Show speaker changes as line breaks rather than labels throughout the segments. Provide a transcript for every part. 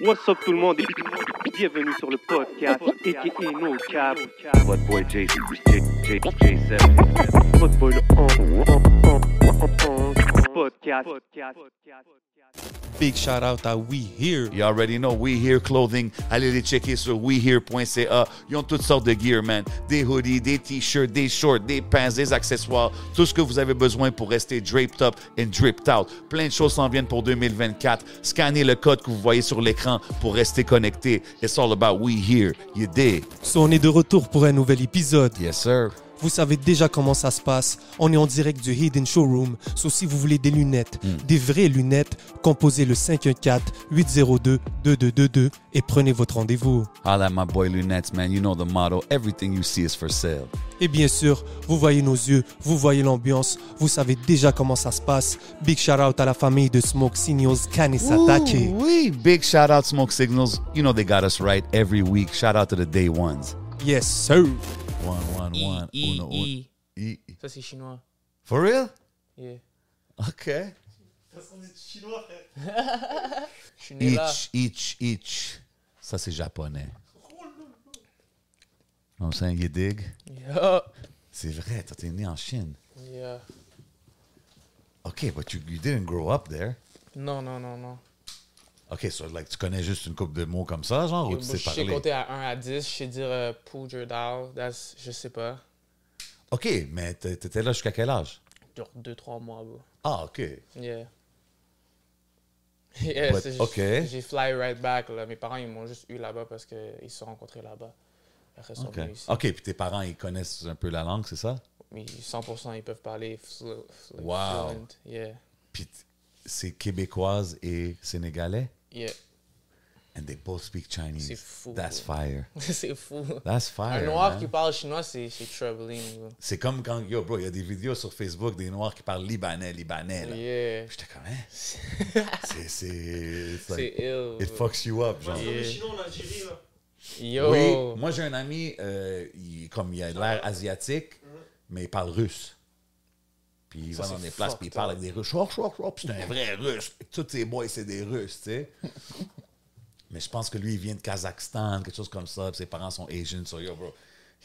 What's up tout le monde et bienvenue sur le podcast et No Cap.
What boy Jason, J, J, J7.
Votre boy le on- podcast.
Big shout out à We Here.
You already know We Here Clothing. Allez les checker sur wehere.ca. Ils ont uh, toutes sortes de gear, man. Des hoodies, des t-shirts, des shorts, des pants, des accessoires. Tout ce que vous avez besoin pour rester draped up and dripped out. Plein de choses s'en viennent pour 2024. Scannez le code que vous voyez sur l'écran pour rester connecté. It's all about We Here. You dig?
So, on est de retour pour un nouvel épisode.
Yes, sir.
Vous savez déjà comment ça se passe. On est en direct du Hidden Showroom. So, si vous voulez des lunettes, des vraies lunettes, composez le 514-802-2222 et prenez votre rendez-vous.
Holla at my boy Lunettes, man. You know the motto. Everything you see is for sale.
Et bien sûr, vous voyez nos yeux, vous voyez l'ambiance, vous savez déjà comment ça se passe. Big shout out à la famille de Smoke Signals Kanisatake.
Ooh, wee. Big shout out Smoke Signals. You know they got us right every week. Shout out to the day ones.
Yes, sir.
One, one, one,
I,
uno, uno.
I, I.
E- e-
E, Ça, c'est chinois.
For real?
Yeah.
Okay.
Je suis né là.
Each, each, each. Ça c'est japonais. Know what I'm saying? You dig?
Yeah.
C'est vrai, toi t'es né en Chine.
Yeah.
Okay, but you, you didn't grow up there.
Non, non, non, non.
Okay, so like tu connais juste une coupe de mots comme ça, genre, ou
Yo,
tu
bro,
sais
Je sais
parler?
compter à 1 à 10. Je sais dire euh, pull your dial. That's, je sais pas.
Ok, mais t'é- t'étais là jusqu'à quel âge?
Genre 2-3 mois, bro.
Ah, ok.
Yeah. Yeah,
But,
c'est juste-
ok.
J'ai fly right back. Là. Mes parents, ils m'ont juste eu là-bas parce qu'ils se sont rencontrés là-bas. Après, ils sont
Ok,
venus ici.
Ok, puis tes parents, ils connaissent un peu la langue, c'est ça?
Mais 100%, ils peuvent parler flu- flu-
Wow.
fluent. Yeah.
Puis t- c'est québécoise et sénégalais.
Yeah.
And they both speak Chinese.
C'est fou,
That's
bro.
fire.
c'est fou.
That's
Un
fire.
noir
man.
qui parle chinois, c'est c'est troubling. bro.
C'est comme quand, yo, bro, il y a des vidéos sur Facebook des noirs qui parlent libanais, libanais. Là.
Yeah.
J'étais comme, hein? C'est. C'est. it's
C'est
like-
ill.
It fucks you up, genre.
Yeah.
Oui,
Yo.
moi j'ai un ami, euh, il, comme il a l'air asiatique, mais il parle russe. Puis il va dans
c'est
des places,
fucked
puis il parle avec des Russes. Chouak, chouak, chouak, puis c'est un vrai russe. Tous ses boys, c'est des Russes, tu sais. mais je pense que lui, il vient de Kazakhstan, quelque chose comme ça. puis ses parents sont Asian, so yo, bro.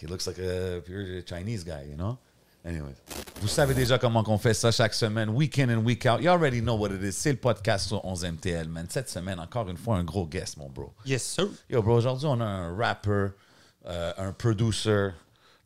He looks like a pure Chinese guy, you know? Anyways. Vous savez déjà comment qu'on fait ça chaque semaine, week in and week out. You already know what it is. C'est le podcast sur 11MTL, man. Cette semaine, encore une fois, un gros guest, mon bro.
Yes, sir.
Yo, bro, aujourd'hui, on a un rapper, euh, un producer,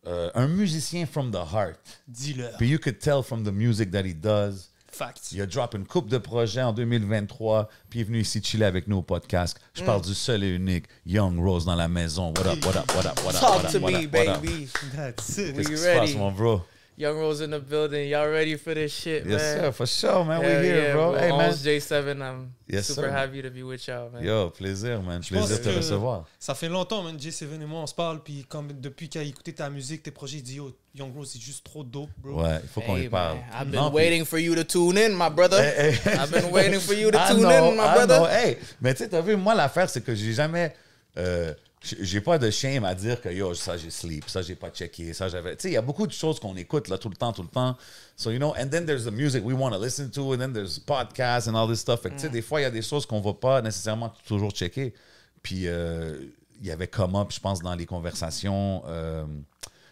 euh, un musicien from the heart.
Dis-leur.
Puis you could tell from the music that he does.
Fact.
Il a drop une coupe de projets en 2023, puis il est venu ici chiller avec nous au podcast. Je parle
Mm.
du seul et unique Young Rose dans la maison. What up, what up, what up, what up, what
Talk
up,
to
what
me,
up, what up.
baby.
That's it.
Qu'est-ce
We
qui se
ready.
passe, mon bro?
Young Rose in the building. Y'all ready for this
Yes,
shit, man?
sir, for sure, man.
Hell
We're here,
yeah,
bro. Hey, man.
Almost J7. I'm
Yes,
super
sir.
happy to be with y'all, man.
Yo, plaisir, man.
pense
Plaisir de te
que-
recevoir.
Ça fait longtemps, man. J7 et moi, on se parle. Puis comme depuis qu'il a écouté ta musique, tes projets, il dit Yo, Young Rose, c'est juste trop dope, bro.
Ouais, il faut qu'on
Hey,
y parle.
man, I've been
Non, puis-
waiting for you to tune in, my brother.
Hey, hey.
I've been waiting for you to
Eh, Ah
tune
non,
in, my
ah non,
brother.
hey. Mais tu sais, t'as vu, moi, l'affaire, c'est que j'ai jamais. euh, j- j'ai pas de shame à dire que yo, ça j'ai sleep, ça j'ai pas checké, ça j'avais. Tu sais, il y a beaucoup de choses qu'on écoute là tout le temps, tout le temps. So, you know, and then there's the music we want to listen to, and then there's podcasts and all this stuff. Fait que,
Mm.
tu sais, des fois, il y a des choses qu'on va pas nécessairement toujours checker. Puis, euh, il y avait come up, je pense, dans les conversations. euh,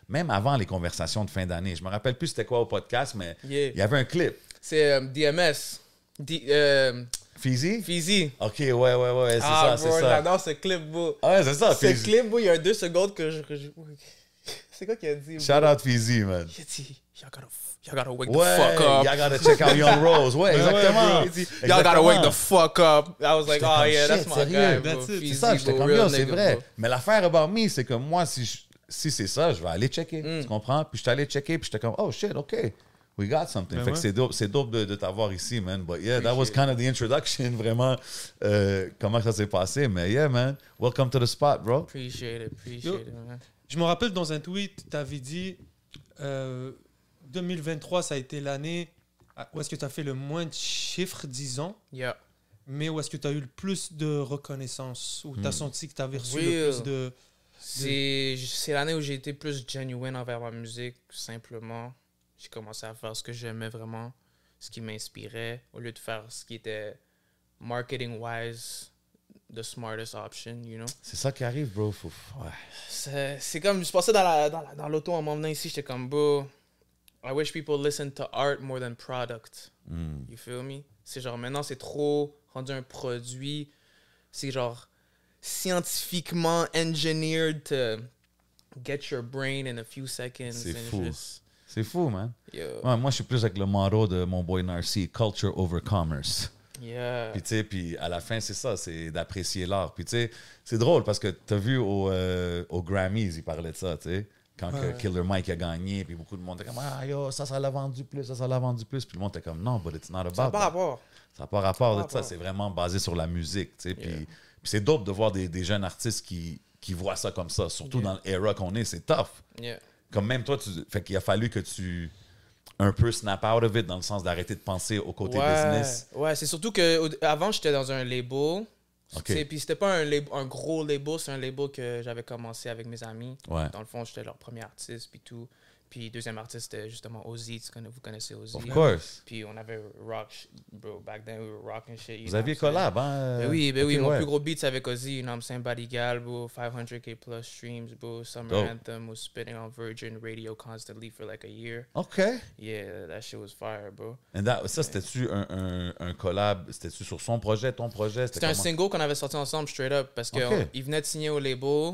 même avant les conversations de fin d'année. Je me rappelle plus c'était quoi au podcast, mais il
Yeah.
y avait un clip.
C'est euh, DMS. D, euh,
Fizzy?
Fizzy.
Ok, ouais, ouais, ouais, c'est
Ah,
ça,
bro,
c'est ça.
j'adore ce clip, bro.
Ah, ouais, c'est ça.
ce
Fizzy.
clip, bro, il y a deux secondes que je... que je- C'est quoi qu'il a dit, bro?
Shout out Fizzy, man.
Il a dit, y'all gotta, f- y'all gotta wake
Ouais,
the fuck up.
y'all gotta check out Young Rose. Ouais, exactement.
bro. Y'all gotta
Exactement.
wake the fuck up. I was like,
J'étais
oh
comme,
yeah, that's
shit,
my guy,
sérieux,
bro.
that's it.
Feezy,
C'est ça, j'étais
bro,
comme
real
yo, c'est
nigga,
vrai.
bro.
Mais l'affaire about me, c'est que moi, si, je- si c'est ça, je vais aller checker.
Mm.
Tu comprends? Puis je suis allé checker, puis j'étais comme, oh shit, OK. We got something. fait que
ouais.
c'est dope, c'est dope de, de t'avoir ici, man. But yeah, that was kind of the introduction, vraiment, euh, comment ça s'est passé. Mais yeah, man, welcome to the spot, bro.
Appreciate it, appreciate
Yo.
it, man.
Je me rappelle dans un tweet, tu avais dit euh, 2023, ça a été l'année où est-ce que tu as fait le moins de chiffres, disons,
Yeah.
mais où est-ce que tu as eu le plus de reconnaissance,
Hmm.
où tu as senti que tu avais reçu le
Real.
plus de.
C'est c'est l'année où j'ai été plus genuine envers ma musique, simplement. J'ai commencé à faire ce que j'aimais vraiment, ce qui m'inspirait, au lieu de faire ce qui était marketing-wise the smartest option, you know.
C'est ça qui arrive, bro. Faut- ouais.
C'est c'est comme, je passais dans l'auto la, dans la- dans l'auto en m'emmenant ici, j'étais comme, bro, I wish people listen to art more than product.
Hmm.
You feel me? C'est genre, maintenant, c'est trop rendu un produit. C'est genre scientifiquement engineered to get your brain in a few seconds.
C'est
and
fou.
just-
C'est fou, man.
Yo.
Ouais, moi, je suis plus avec le motto de mon boy Narcy, culture over commerce.
Yeah.
Puis, tu sais, puis à la fin, c'est ça, c'est d'apprécier l'art. Puis, tu sais, c'est drôle parce que tu as vu au, euh, aux Grammys, ils parlaient de ça, tu sais. Quand que
Ouais.
Killer Mike a gagné, puis beaucoup de monde était comme Ah, yo, ça, ça l'a vendu plus, ça, ça l'a vendu plus. Puis le monde était comme Non, but it's not about.
Ça n'a pas
that.
rapport.
Ça n'a pas rapport
Ça
de
a pas
ça.
rapport.
C'est vraiment basé sur la musique. tu sais. Puis,
Yeah.
puis c'est dope de voir des, des jeunes artistes qui, qui voient ça comme ça. Surtout dans l'era qu'on est, c'est tough.
Yeah.
Comme même toi, tu, fait qu'il a fallu que tu un peu snap out of it dans le sens d'arrêter de penser au côté
ouais.
business.
Ouais, c'est surtout que au- avant j'étais dans un label.
Ok.
Tu sais, Puis c'était pas un, lab- un gros label, c'est un label que j'avais commencé avec mes amis.
Ouais.
Dans le fond, j'étais leur premier artiste, puis tout. Puis deuxième artiste, c'était justement Ozzy. Tu connais, vous connaissez Ozzy.
Of course.
Puis on avait rock, sh- bro, back then we were rocking shit. you
Vous
know
aviez
what I'm saying?
collab, hein?
Ben oui, ben
Ok,
oui, mon
ouais.
plus gros beat c'est avec Ozzy, you know what I'm saying? Body Gal, bro, 500k plus streams, bro. Summer
Dope.
Anthem was spinning on Virgin Radio constantly for like a year.
OK.
Yeah, that shit was fire, bro.
And that- ça, c'était-tu un, un- un collab? C'était-tu sur son projet, ton projet?
C'était un
comment?
single qu'on avait sorti ensemble, straight up, parce qu'il
Ok.
venait de signer au label,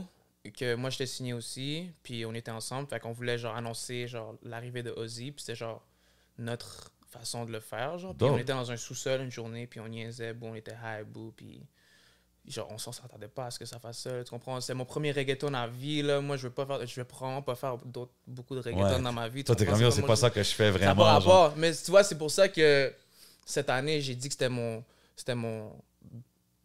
que moi j'étais signé aussi, puis on était ensemble, fait qu'on voulait genre annoncer genre l'arrivée de Ozzy, puis c'était genre notre façon de le faire, genre. Puis
Dope.
on était dans un sous-sol une journée, puis on niaisait, boo, on était high, boo, puis genre on s'en s'attendait pas à ce que ça fasse ça, là, tu comprends? C'est mon premier reggaeton en vie, là, moi je veux pas faire, je veux probablement pas faire d'autres- beaucoup de reggaeton
Ouais.
dans ma vie. tu
Toi, t'es
comprends?
comme, Yo,
comme
c'est
moi,
pas
je-
ça que je fais
ça n'a
vraiment.
pas
genre.
rapport. Mais tu vois, c'est pour ça que cette année, j'ai dit que c'était mon, c'était mon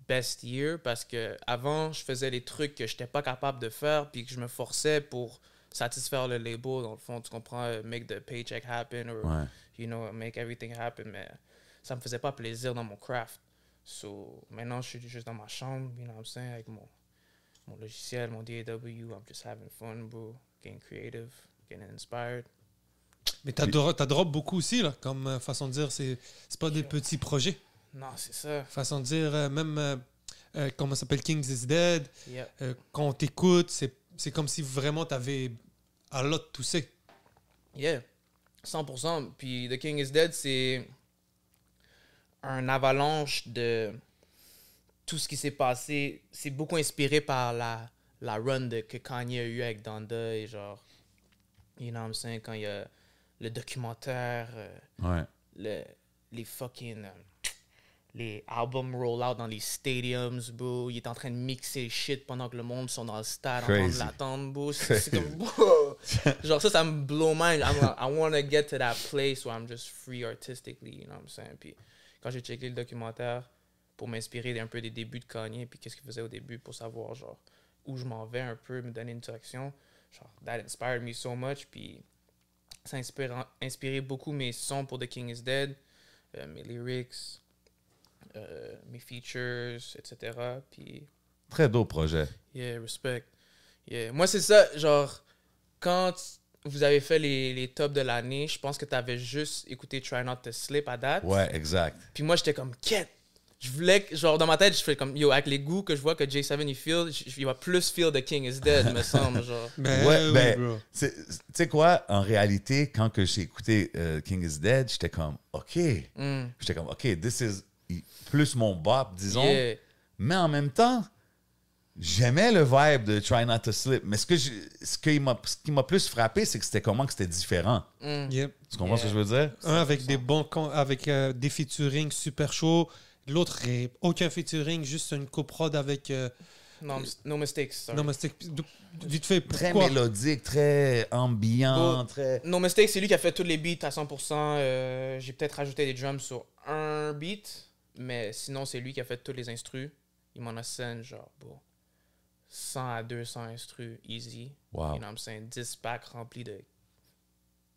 best year parce que avant, je faisais les trucs que je n'étais pas capable de faire puis que je me forçais pour satisfaire le label. Dans le fond, tu comprends, euh, make the paycheck happen or,
Ouais.
you know, make everything happen. Mais ça me faisait pas plaisir dans mon craft. So, maintenant, je suis juste dans ma chambre, you know what I'm saying, avec mon, mon logiciel, mon DAW. I'm just having fun, bro. Getting creative, getting inspired.
Mais t'as dro- t'as drop beaucoup aussi, là, comme euh, façon de dire. C'est c'est pas des petits projets.
Non, c'est ça.
Façon de dire, euh, même, euh, euh, comment ça s'appelle, Kings is Dead.
Yep.
euh, quand on t'écoute, c'est c'est comme si vraiment t'avais à l'autre toussé.
Yeah, 100%. Puis The King is Dead, c'est un avalanche de tout ce qui s'est passé. C'est beaucoup inspiré par la, la run de, que Kanye a eu avec Donda et genre, you know what I'm saying, quand il y a le documentaire, euh,
Ouais.
le- les fucking... euh, les albums roll out dans les stadiums, bro. Il est en train de mixer shit pendant que le monde sont dans le stade en train de
Crazy.
l'attendre, bro. C'est c'est comme, bro. Genre, ça, ça me blow mind. I'm like, I want to get to that place where I'm just free artistically, you know what I'm saying? Puis quand j'ai checké le documentaire pour m'inspirer un peu des débuts de Kanye, puis qu'est-ce qu'il faisait au début pour savoir, genre, où je m'en vais un peu, me donner une direction, genre, that inspired me so much. Puis ça a inspiré, inspiré beaucoup mes sons pour The King is Dead, euh, mes lyrics, euh, mes features, etc. Puis,
Très beau projet.
yeah, respect. Yeah. Moi, c'est ça, genre, quand vous avez fait les, les tops de l'année, je pense que tu avais juste écouté Try Not to Sleep à date.
Ouais, exact.
Puis moi, j'étais comme, quête! Je voulais, que- genre, dans ma tête, je fais comme, yo, avec les goûts que je vois que J7 il feel, j- il va plus feel The King is Dead, me semble, genre.
Ben
ouais,
oui,
ben,
bro.
c'est- c'est- tu sais quoi, en réalité, quand que j'ai écouté euh, King is Dead, j'étais comme, OK.
Hmm.
J'étais comme, OK, this is plus mon bop, disons.
Yeah.
Mais en même temps, j'aimais le vibe de Try Not to Sleep. Mais ce, que je- ce, qui m'a- ce qui m'a plus frappé, c'est que c'était comment que c'était différent.
Mm.
Yep.
Tu comprends ce que je veux dire?
Un avec des bons con- avec euh, des featuring super chauds. L'autre, est- aucun featuring, juste une coprod avec. euh,
No, mis- no mistakes, sorry.
non, mais c'était. Vite fait,
Très
pourquoi
mélodique, très ambiant,
Oh.
très.
No Mistake, c'est lui qui a fait tous les beats à 100%. euh, j'ai peut-être rajouté des drums sur un beat, mais sinon, c'est lui qui a fait tous les instrus. Il m'en a scène, genre, bon, 100 à 200 instrus, easy.
Wow.
You know what I'm saying? 10 packs remplis de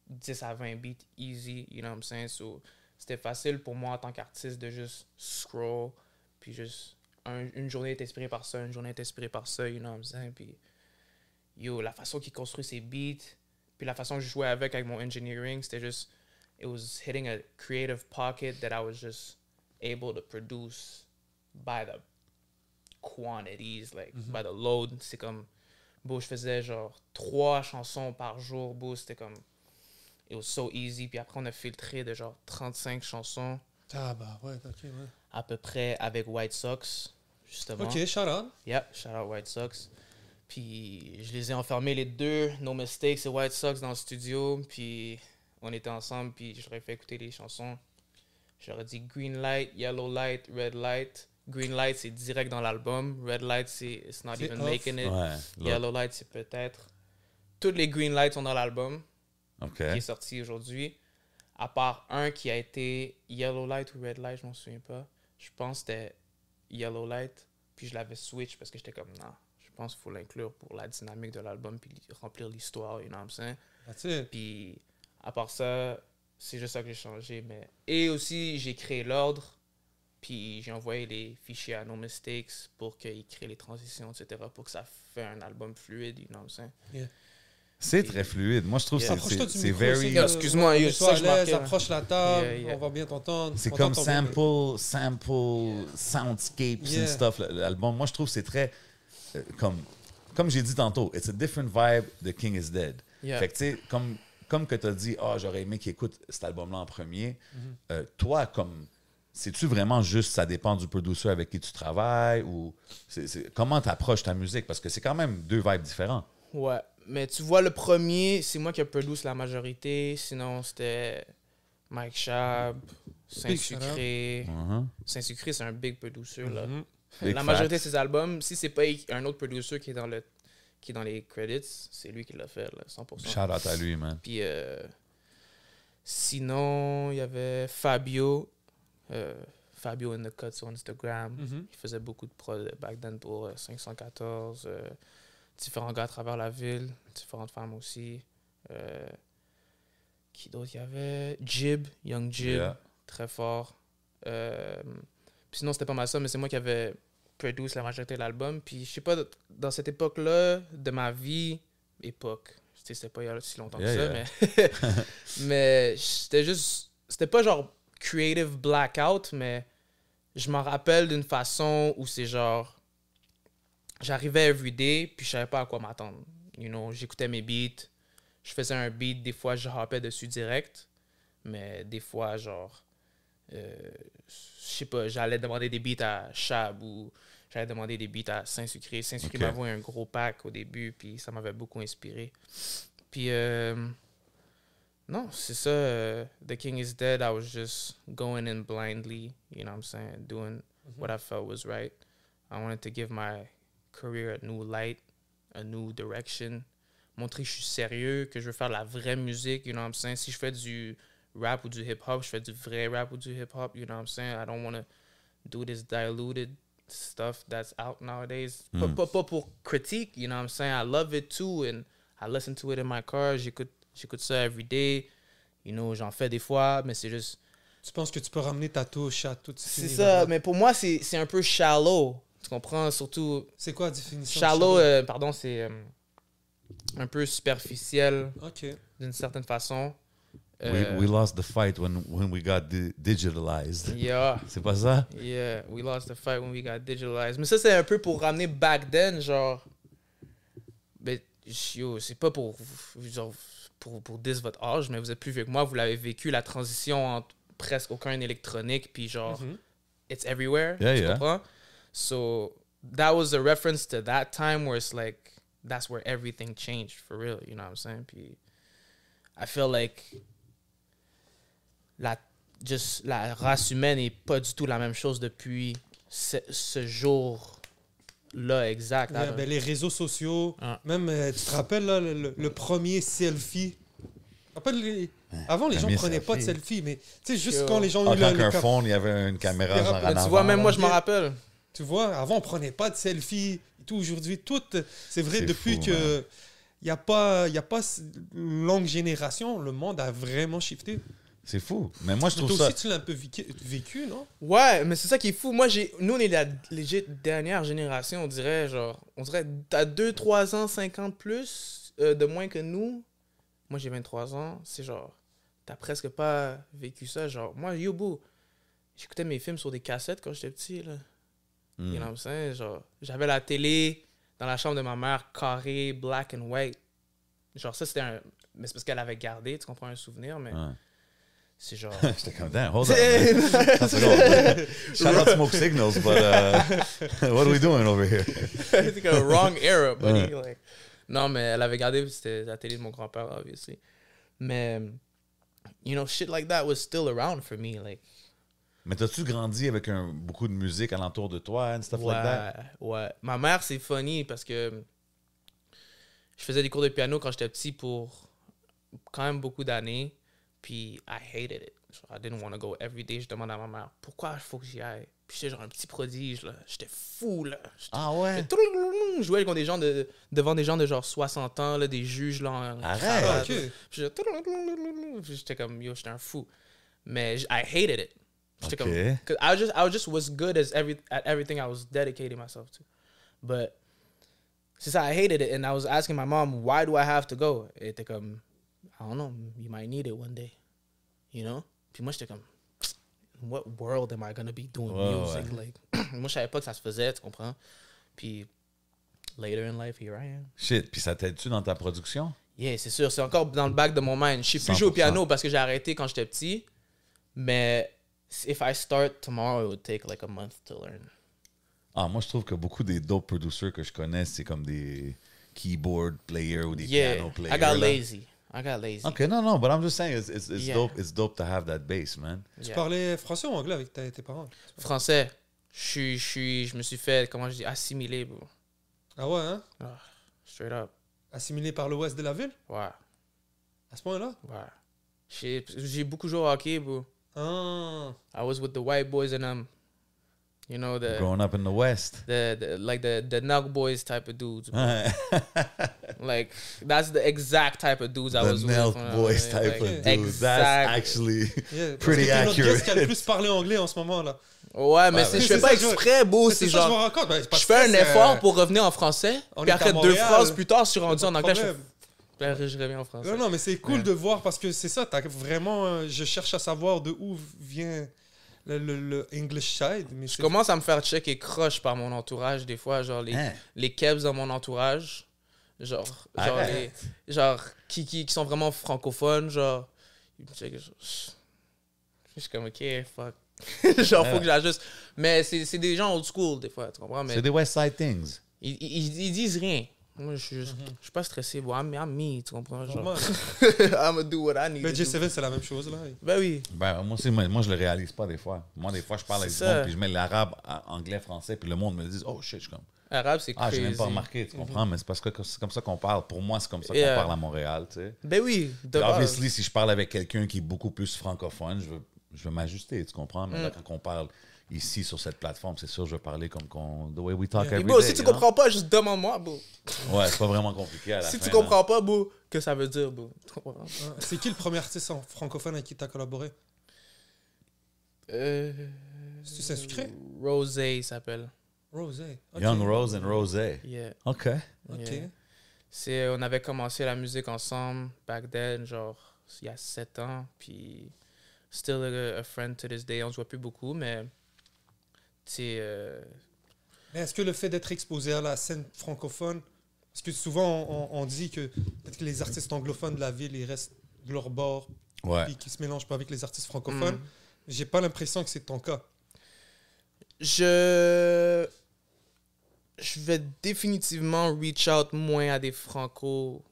10 à 20 beats, easy. You know what I'm saying? So, c'était facile pour moi en tant qu'artiste de juste scroll, puis juste un- une journée est inspirée par ça, une journée est inspirée par ça, you know what I'm saying? Puis, yo, la façon qu'il construit ses beats, puis la façon que je jouais avec, avec mon engineering, c'était juste, it was hitting a creative pocket that I was just able to produce by the quantities, like by the load. C'est comme, bro, je faisais genre trois chansons par jour, bro, c'était comme, it was so easy. Puis après, on a filtré de genre 35 chansons
Ah, bah ouais, ok, ouais.
à peu près avec White Sox, justement.
Ok, shout out.
Yep, shout out White Sox. Puis je les ai enfermés les deux, No Mistakes et White Sox dans le studio. Puis on était ensemble, puis je leur ai fait écouter les chansons. J'aurais dit Green Light, Yellow Light, Red Light. Green Light, c'est direct dans l'album. Red Light, c'est It's Not
C'est
Even
off.
Making It.
Ouais,
Yellow Light, c'est peut-être. Toutes les Green Lights sont dans l'album
OK.
qui est sorti aujourd'hui. À part un qui a été Yellow Light ou Red Light, je m'en souviens pas. Je pense que c'était Yellow Light, puis je l'avais switch parce que j'étais comme non. Je pense qu'il faut l'inclure pour la dynamique de l'album puis li- remplir l'histoire, you know what I'm saying?
That's it.
Puis à part ça, c'est juste ça que j'ai changé. Mais... Et aussi, j'ai créé l'ordre, puis j'ai envoyé les fichiers à No Mistakes pour qu'ils créent les transitions, etc. pour que ça fait un album fluide, you know what I'm saying?
C'est très fluide. Moi, je trouve que
Yeah.
c'est-
Approche-toi
c'est
du
c'est
micro,
very...
c'est-
Excuse-moi, yo,
Sois
ça,
à
je
l'aise,
marquais, là.
approche la table,
Yeah, yeah.
on va bien t'entendre.
C'est
On
comme
t'entend bien.
sample, sample, soundscapes and
Yeah.
stuff. l- L'album, moi, je trouve que c'est très euh, comme comme j'ai dit tantôt, it's a different vibe. The King is dead.
Yeah.
Fait que tu sais comme comme que t'as dit, ah j'aurais aimé qu'il écoute cet album-là en premier.
Mm-hmm.
Euh, toi, comme c'est-tu vraiment juste ça dépend du producer avec qui tu travailles ou c'est c'est- comment t'approches ta musique parce que c'est quand même deux vibes différents.
Ouais, mais tu vois, le premier, c'est moi qui ai produit la majorité. Sinon, c'était Mike Schaab, Saint-Sucré.
Mhm.
Saint-Sucré, c'est un big producer. là.
Mhm.
Big
La
facts.
majorité de ses albums, si c'est pas un autre producer qui est dans, le, qui est dans les credits, c'est lui qui l'a fait, là, 100%.
Shout out à lui, man.
Puis euh, sinon, il y avait Fabio. euh, Fabio in the cut sur Instagram.
Mhm.
Il faisait beaucoup de prod back then pour euh, 514. euh, différents gars à travers la ville, différentes femmes aussi. Euh, qui d'autre il y avait Jib, Young Jib,
Yeah.
très fort. Euh, puis sinon, c'était pas mal ça, mais c'est moi qui avais produit la majorité de l'album. Puis je sais pas, dans cette époque-là de ma vie, époque, tu sais, c'était pas il y a si longtemps
Yeah,
que ça,
yeah.
mais mais c'était juste. C'était pas genre creative blackout, mais je m'en rappelle d'une façon où c'est genre. J'arrivais everyday, puis je savais pas à quoi m'attendre. You know, j'écoutais mes beats, je faisais un beat, des fois je hoppais dessus direct, mais des fois, genre. euh, je sais pas, j'allais demander des beats à Chab ou j'allais demander des beats à Saint-Sucré. Saint-Sucré
Ok.
m'a m'avait un gros pack au début, puis ça m'avait beaucoup inspiré. Puis. euh, non, c'est ça. euh, The King is Dead, I was just going in blindly, you know what I'm saying, doing what I felt was right. I wanted to give my career a new light, a new direction, montrer que je suis sérieux, que je veux faire de la vraie musique, you know what I'm saying. Si je fais du rap ou du hip-hop, je fais du vrai rap ou du hip-hop, you know what I'm saying. I don't want to do this diluted stuff that's out nowadays. Pas, pas, pas pour critique, you know what I'm saying? I love it too, and I listen to it in my car. J'écoute, j'écoute ça every day. You know, j'en fais des fois, mais c'est juste.
Tu penses que tu peux ramener ta touche à tout ce
C'est
univers-là.
ça, mais pour moi, c'est, c'est un peu shallow. Tu comprends? Surtout.
C'est quoi la définition de
Shallow, euh, pardon, c'est euh, un peu superficiel
Ok.
d'une certaine façon.
We,
Euh,
we lost the fight when, when we got di- digitalized.
Yeah.
C'est pas ça?
Yeah, we lost the fight when we got digitalized. Mais ça, c'est un peu pour ramener back then, genre. Mais, yo, c'est pas pour, genre, pour, pour dire votre âge, mais vous êtes plus vieux que moi, vous l'avez vécu, la transition entre presque aucun électronique, puis genre, it's everywhere.
Yeah,
tu
yeah.
comprends? So, that was a reference to that time where it's like, that's where everything changed, for real, you know what I'm saying? Puis, I feel like la, just, la race humaine n'est pas du tout la même chose depuis ce, ce jour-là exact. I
Ouais,
don't-
ben, les réseaux sociaux,
Ah.
même, euh, tu te rappelles, là, le, le- le premier selfie. Tu te rappelles, les- Avant, les gens
premier
prenaient pas de
selfie.
selfie, mais tu sais, juste
Yo.
quand les gens
Ah,
eu le,
quand
les
qu'un
cap-
phone, il y avait une caméra
C'est
genre en
rapide.
Mais tu
avant.
vois, même moi, je m'en
Yeah.
rappelle.
Tu vois, avant, on prenait pas de selfie. et Tout aujourd'hui, tout. C'est vrai,
C'est
depuis
fou,
que. Il n'y a pas, y a pas s- longue génération, le monde a vraiment shifté.
C'est fou. Mais moi, je
Mais toi
trouve ça...
aussi, tu l'as un peu vécu, vécu, non
Ouais, mais c'est ça qui est fou. Moi, j'ai, nous, on est la legit dernière génération, on dirait. Genre, on dirait, t'as 2, 3 ans, 50 plus euh, de moins que nous. Moi, j'ai 23 ans. C'est genre, t'as presque pas vécu ça. Genre, moi, Yobo, j'écoutais mes films sur des cassettes quand j'étais petit, là. You know what I'm saying? Genre, j'avais la télé dans la chambre de ma mère, carré, black and white. Genre, ça, c'était un. Mais c'est parce qu'elle avait gardé, tu comprends, un souvenir, mais
Ouais.
c'est genre.
J'étais content. Hold on. That's
C'est-
good. Shout out Smoke Signals, but uh, what are we doing over here?
C'est comme wrong era, buddy. Like, non, mais elle avait gardé, c'était la télé de mon grand-père, obviously. Mais, you know, shit like that was still around for me. Like,
Mais t'as-tu grandi avec un, beaucoup de musique alentour de toi and stuff
ouais,
like that?
ouais. Ma mère, c'est funny parce que je faisais des cours de piano quand j'étais petit pour quand même beaucoup d'années. Puis, I hated it. Genre, I didn't want to go every day. Je demandais à ma mère, pourquoi il faut que j'y aille? Puis, j'étais genre un petit prodige, là. J'étais fou, là. J'étais-
Ah ouais?
Je jouais contre des gens de, devant des gens de genre 60 ans, là, des juges. Là, en-
Arrête!
en-
Ok.
Puis je- puis J'étais comme, yo, j'étais un fou. Mais j- I hated it. J'étais
Ok.
comme, 'cause I just, I just was good as every, at everything I was dedicating myself to. But since I hated it and I was asking my mom, why do I have to go? Elle était comme, I don't know, you might need it one day. You know? Puis moi, j'étais comme, in what world am I gonna be doing
Ouais,
music? Like, moi, je savais pas que ça se faisait, tu comprends? Puis, later in life, here I am.
Shit, puis ça t'aide-tu dans ta production?
Yeah, c'est sûr, c'est encore dans le bac de mon mind. Je sais plus
100%.
jouer au piano parce que j'ai arrêté quand j'étais petit, mais if I start tomorrow, it would take like a month to learn.
Ah, moi, je trouve que beaucoup des dope producers que je connais, c'est comme des keyboard players ou des
yeah,
piano players.
I got
là.
lazy. I got lazy.
OK, non, non, but I'm just saying, it's, it's, it's,
Yeah.
dope, it's dope to have that bass, man.
Tu
Yeah.
parlais français ou anglais avec ta- tes parents
Français, je suis, je suis, je me suis fait, comment je dis, assimilé, bro.
Ah ouais, hein
Ah, straight up.
Assimilé par l'ouest de la ville
Ouais,
À ce point-là
ouais. J'ai j'ai beaucoup joué au hockey, bro.
Ah
I was with the white boys and um, you know the
Growing up in the West.
the, the like the the Nug boys type of dudes. bro.
Ouais.
Like that's the exact type of dudes I
The
was
Nelk
with. when I was
Boys
like-
type of
like,
dude. That's actually...
yeah, parce
Pretty
que t'es notre
accurate.
guest qui a le plus parlé anglais en ce moment là.
Ouais, mais
Ouais,
c'est-
mais
je
c'est
fais
ça
pas
que je-
exprès, beau.
Mais
Oh, C'est
c'est ça que
genre,
me raconte. Ben, c'est pas
je fais un
stress,
effort
euh,
pour revenir en français.
on
Puis
est à
après deux
Montréal.
phrases plus tard, je suis rendu
pas
en
de
anglais. Je, fais-
problème.
Puis après, je reviens en français.
Non, non, mais c'est cool
Ouais.
de voir parce que c'est ça. T'as vraiment, euh, je cherche à savoir de où vient le, le- le English side. Mais
Je
c'est-
commence à me faire check et croche par mon entourage des fois, genre les,
Hein?
les kebs dans mon entourage, genre, genre,
Arrête.
les- genre qui, qui, qui sont vraiment francophones, genre, ils me checkent, genre, je je suis comme, ok, fuck. genre, faut
Ouais.
que j'ajuste. Mais c'est c'est des gens old school des fois, tu comprends? Mais
C'est des West Side Things.
ils, ils, ils disent rien. Moi, je suis juste-
Mhm.
je suis pas stressé. Bon, I'm, I'm me, tu comprends? Genre,
Normal.
I'm gonna do what I need.
Mais
to do.
J7, c'est la même chose là. Hein?
Ben oui.
Ben, moi, aussi, moi, moi, je le réalise pas des fois. Moi, des fois, je parle avec du
C'est
monde,
ça.
puis je mets l'arabe, à- anglais, français, puis le monde me dit, oh shit, je suis comme,
Arabe, c'est
ah,
crazy. Mm-hmm.
j'ai même pas remarqué, tu comprends, mais c'est parce que c'est comme ça qu'on parle. Pour moi, c'est comme ça qu'on
Yeah.
parle à Montréal, tu sais.
Ben oui. de
Puis,
base.
Obviously, si je parle avec quelqu'un qui est beaucoup plus francophone, je veux, je veux m'ajuster, tu comprends, mais
Mm.
là, quand on parle ici sur cette plateforme, c'est sûr, je veux parler comme qu'on, the way we talk
Mais
every
bro,
day,
si tu
you know?
comprends pas, juste demande-moi, bro.
Ouais, c'est pas vraiment compliqué à la
Si
fin, hein.
tu
là.
comprends pas, bro, que ça veut dire, bro. Tu comprends?
Hein, C'est qui le premier artiste en- francophone avec qui t'as collaboré
Euh,
C'est Saint-Sucré
Rosé il s'appelle.
Rose. eh. Ok.
Young Rose and Rosé.
Yeah.
OK.
Ok.
Yeah. C'est, on avait commencé la musique ensemble back then, genre il y a sept ans, puis still a, a friend to this day. On se voit plus beaucoup, mais tu sais, euh,
Mais est-ce que le fait d'être exposé à la scène francophone, parce que souvent on, on- on dit que peut-être que les artistes anglophones de la ville, ils restent de leur bord,
Ouais.
puis qu'ils se mélangent pas avec les artistes francophones.
Mm.
J'ai pas l'impression que c'est ton cas.
je je vais définitivement reach out moins à des franco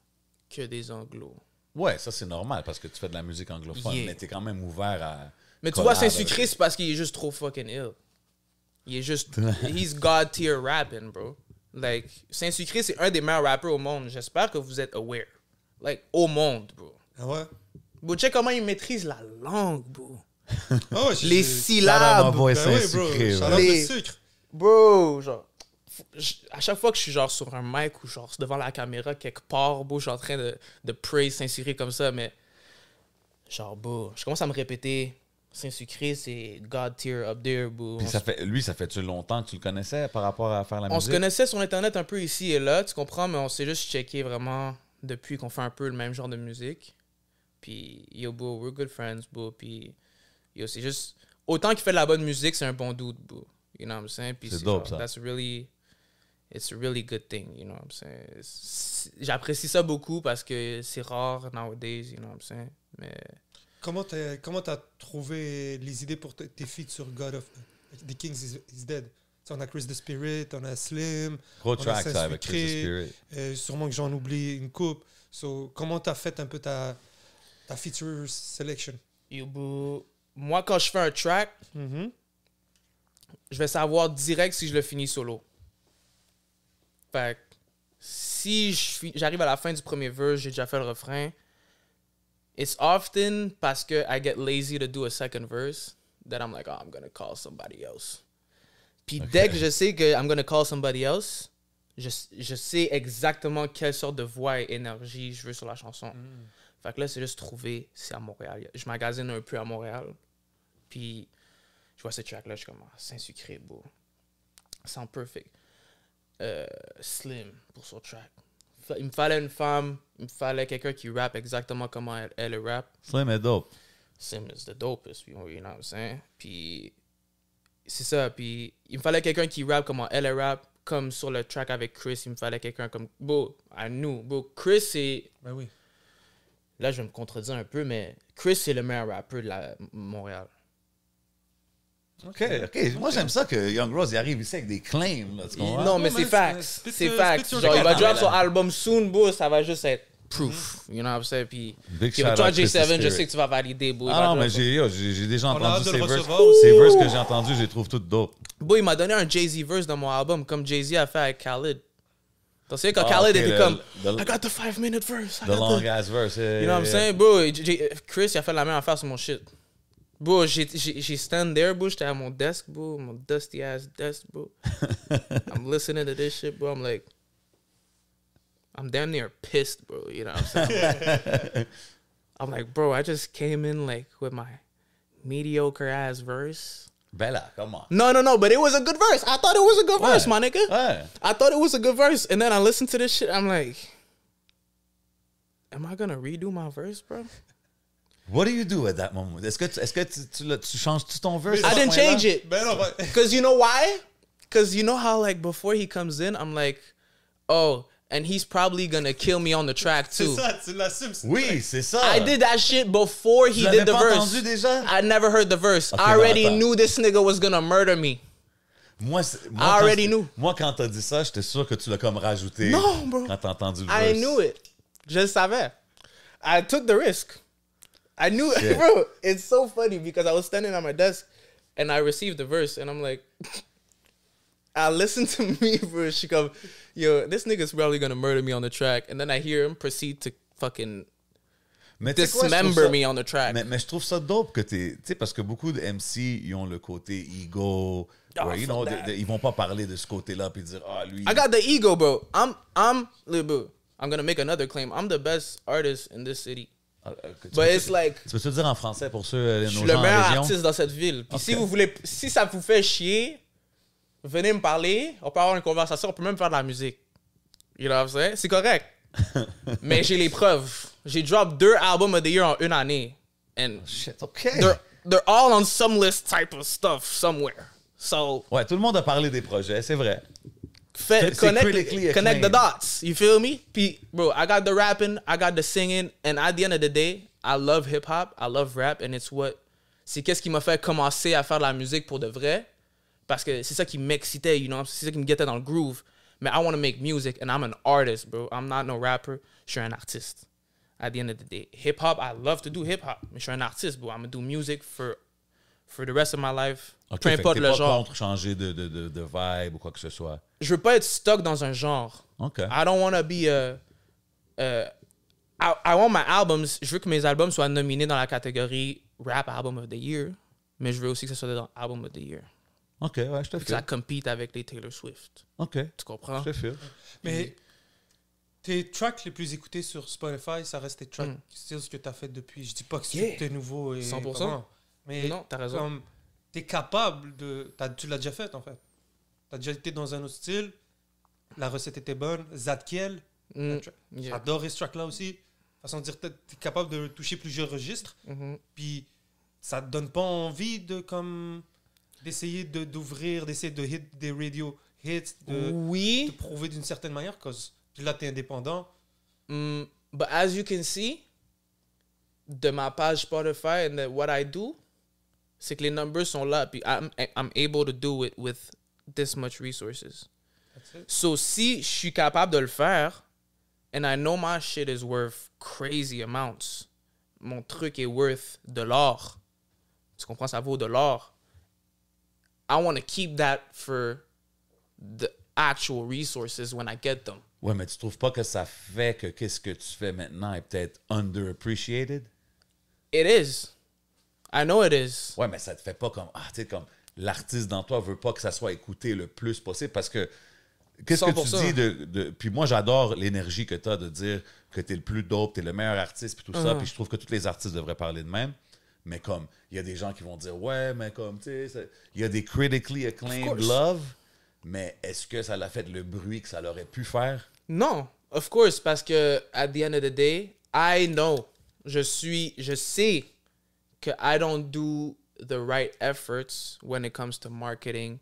que des anglo.
Ouais, ça c'est normal parce que tu fais de la musique anglophone,
Yeah.
mais t'es quand même ouvert à.
Mais tu
collab
vois,
avec-
Saint-Sucré, c'est parce qu'il est juste trop fucking ill. Il est juste. he's God tier rapping, bro. Like, Saint-Sucré, c'est un des meilleurs rappeurs au monde. J'espère que vous êtes aware. Like, au monde, bro.
Ah ouais
Bro, check comment il maîtrise la langue, bro.
Ah ouais, j'ai-
Les
j'ai-
Shout out
syllabes.
my boy
Ben oui, bro.
Saint-Sucré,
shout
man.
out de
Les-
sucre.
Bro, genre. f- j- À chaque fois que je suis genre sur un mic ou genre devant la caméra quelque part, bro, je suis en train de, de praise Saint-Sucré comme ça, mais genre, bro, je commence à me répéter. Saint-Sucré, c'est God tier up there, bro.
Puis
On
ça fait, lui, ça fait-tu longtemps que tu le connaissais par rapport à faire la
On se
musique?
connaissait sur Internet un peu ici et là, tu comprends, mais on s'est juste checké vraiment depuis qu'on fait un peu le même genre de musique. Puis, yo, bro, we're good friends, bro. Puis, yo, c'est juste. Autant qu'il fait de la bonne musique, c'est un bon dude, bro. You know what I'm saying? Puis
C'est
c'est
dope,
genre,
ça.
That's really, it's a really good thing. You know what I'm saying? C'est- J'apprécie ça beaucoup parce que c'est rare nowadays. You know what I'm saying? Mais
Comment t'as comment t'as trouvé les idées pour tes tes feats sur God of The Kings is, is Dead Tu sais, On a Chris the Spirit, on a Slim,
Gros
On a
track, ça, avec Chris the
s'inspirer.
Spirit.
euh, sûrement que j'en oublie une coupe. So, comment t'as fait un peu ta, ta feature selection
yo, bro, moi, quand je fais un track, je vais savoir direct si je le finis solo. Fait que si je fi- j'arrive à la fin du premier verse, j'ai déjà fait le refrain. It's often parce que I get lazy to do a second verse that I'm like, oh, I'm gonna call somebody else. Puis dès que je sais que I'm gonna call somebody else, je, je sais exactement quelle sorte de voix et énergie je veux sur la chanson. Fait que là, c'est juste trouver, c'est à Montréal. Je magasine un peu à Montréal. Puis je vois ce track-là, je suis comme, ah, Saint-Sucré, beau. Sound perfect. Euh, slim pour son track. Fa- Il me fallait une femme, il me fallait quelqu'un qui rappe exactement comment elle, elle rappe.
Slim est dope.
Slim is the dopest, you know you know what I'm saying? Puis, c'est ça, puis il me fallait quelqu'un qui rappe comment elle elle rappe, comme sur le track avec Chris, il me fallait quelqu'un comme, beau, à nous, beau. Chris, c'est
Ben oui.
là je vais me contredire un peu, mais Chris c'est le meilleur rappeur de la Montréal.
OK, OK. Moi, j'aime ça que Young Rose il arrive ici avec des claims. Là, tu comprends? Ah,
non, mais
man,
c'est
c'est-
facts.
spit
C'est
sur-
facts.
spit sur
Genre,
les
il va
cartons,
drop
là.
son album soon, bro, ça va juste être proof. You know what I'm saying? Puis,
Big
puis toi,
shout out Chris
J7, je
Spirit.
sais que tu vas valider, bro. Il va
Ah non,
drop
mais
son-
j'ai yo, j'ai- j'ai déjà
On a hâte
entendu
de
ces
le
verses.
recevoir aussi.
Ces verses que j'ai entendus, je les trouve toutes dope.
Bro, il m'a donné un Jay-Z verse dans mon album, comme Jay-Z a fait avec Khalid. T'en sais, quand
Ah, ok,
Khalid était
le-
comme,
le-
I got the five minute verse. I
The
got the-
long ass verse. euh,
You know what I'm saying, bro? J- J- Chris, il a fait la même affaire sur mon shit. Bro, j'ai- j'ai j'ai stand there, bro. J'étais à mon desk, bro. Mon dusty ass desk, bro. I'm listening to this shit, bro. I'm like, I'm damn near pissed, bro. You know what I'm saying? I'm like, bro, I just came in like with my mediocre ass verse.
Bella, come on.
No, no, no, but it was a good verse. I thought it was a good
Ouais.
verse, my nigga.
Ouais.
I thought it was a good verse, and then I listened to this shit. I'm like, am I gonna redo my verse, bro?
What do you do at that moment? Est-ce que, tu, est-ce que tu, tu, le- tu changes tout ton verse?
I
à
I
ce
didn't
point-là?
change it.
Ben non, ben-
Cause you know why? Cause you know how like before he comes in, I'm like, oh, and he's probably gonna kill me on the track
c'est
too.
ça, tu l'assumes. c'est-
Oui, c'est ça.
I did that shit before he
Tu l'avais
did the
pas
verse.
entendu déjà?
I never heard the verse.
Okay,
I
ben,
already
attends.
knew this nigga was gonna murder me.
Moi, c'est- moi,
I
quand-
already knew.
Moi, quand t'as dit ça, j'étais sûr que tu l'as comme rajouté.
Non, bro.
Quand t'as entendu le
I
verse.
knew it. Je le savais. I took the risk. I knew
Shit.
bro, it's so funny because I was standing on my desk and I received the verse and I'm like I listened to me bro. She come, yo, this nigga's probably gonna murder me on the track. And then I hear him proceed to fucking
Mais tu sais quoi, je trouve
dismember
ça-
me on the track.
Mais, mais je trouve ça dope que t'es. Tu sais, parce que beaucoup de MC, ils ont le côté ego.
Ah,
where, you
fuck
know,
that.
de- de- ils vont pas parler de ce côté-là puis dire, ah, lui.
I got the ego, bro. I'm I'm Lil Boo. I'm gonna make another claim. I'm the best artist in this city.
Ah, euh, que tu
But
peux-
it's like
Tu peux-tu le dire en français pour ceux, euh,
Je
nos
suis
gens
le
en
meilleur
région?
artiste dans cette ville. Puis si
Ok.
vous voulez, si ça vous fait chier, venez me parler. On peut avoir une conversation. On peut même faire de la musique. You know what I'm saying? C'est correct. Mais j'ai les preuves. J'ai drop deux albums of the year en une année. And
Shit, OK.
they're, they're all on some list type of stuff somewhere. So,
Ouais, tout le monde a parlé des projets, c'est vrai.
fait-
C'est- c'est critically
connect, connect the
acclaimed.
dots. You feel me? Puis, bro, I got the rapping, I got the singing, and at the end of the day, I love hip hop, I love rap, and it's what. C'est qu'est-ce qui m'a fait commencer à faire de la musique pour de vrai, parce que c'est ça qui m'excitait, you know, c'est ça qui me guettait dans le groove. Mais I want to make music, and I'm an artist, bro. I'm not no rapper. Je suis un artiste. At the end of the day, hip hop, I love to do hip hop, mais je suis un artiste, bro. I'm gonna do music for for the rest of my life,
Ok,
peu
fait que
importe
t'es
le
pas
genre.
contre changer de, de, de, de vibe ou quoi que ce soit.
je veux pas être stuck dans un genre.
OK.
I don't want to be a, a- I, I want my albums, je veux que mes albums soient nominés dans la catégorie rap album of the year, mais je veux aussi que ce soit dans album of the year.
OK, ouais, je te
Que ça
file.
compete avec les Taylor Swift.
OK,
Tu comprends?
je te file.
Mais tes tracks les plus écoutés sur Spotify, ça reste tes tracks c'est ce que tu as fait depuis. Je dis pas que
Mm. Yeah.
c'était nouveau et
100%.
comment, mais
Non, t'as raison.
comme t'es capable de t'as- tu l'as déjà fait en fait. T'as déjà été dans un autre style, la recette était bonne, Zadkiel,
Mm,
j'ai
yeah.
adoré ce track là aussi. Façon de dire t'es t'es capable de
Mm-hmm.
toucher plusieurs registres
Mhm.
puis ça te donne pas envie de comme d'essayer de- d'ouvrir, d'essayer de hit des radio hits,
Euh,
de, de
Oui,
prouver d'une certaine manière, cause là, t'es indépendant.
mm, but as you can see, de ma page Spotify and the- what I do, c'est que les numbers sont là. Puis I'm, I'm able to do it with this much resources. So, si je suis capable de le faire, and I know my shit is worth crazy amounts, mon truc est worth de l'or. Tu comprends? Ça vaut de l'or. I want to keep that for the actual resources when I get them.
Ouais, mais tu trouves pas que ça fait que qu'est-ce que tu fais maintenant est peut-être underappreciated?
It is. I know it is.
Ouais, mais ça te fait pas comme. Ah, tu sais, comme l'artiste dans toi veut pas que ça soit écouté le plus possible parce que. Qu'est-ce que tu
100%.
dis de, de- Puis moi, j'adore l'énergie que tu as de dire que tu es le plus dope, tu es le meilleur artiste, puis tout ça. Puis je trouve que tous les artistes devraient parler de même. Mais comme, il y a des gens qui vont dire, ouais, mais comme, tu sais, c'est- il y a des critically acclaimed
course.
love, mais est-ce que ça l'a fait le bruit que ça l'aurait pu faire?
Non, of course, parce que at the end of the day, I know, je suis, je sais que I don't do the right efforts when it comes to marketing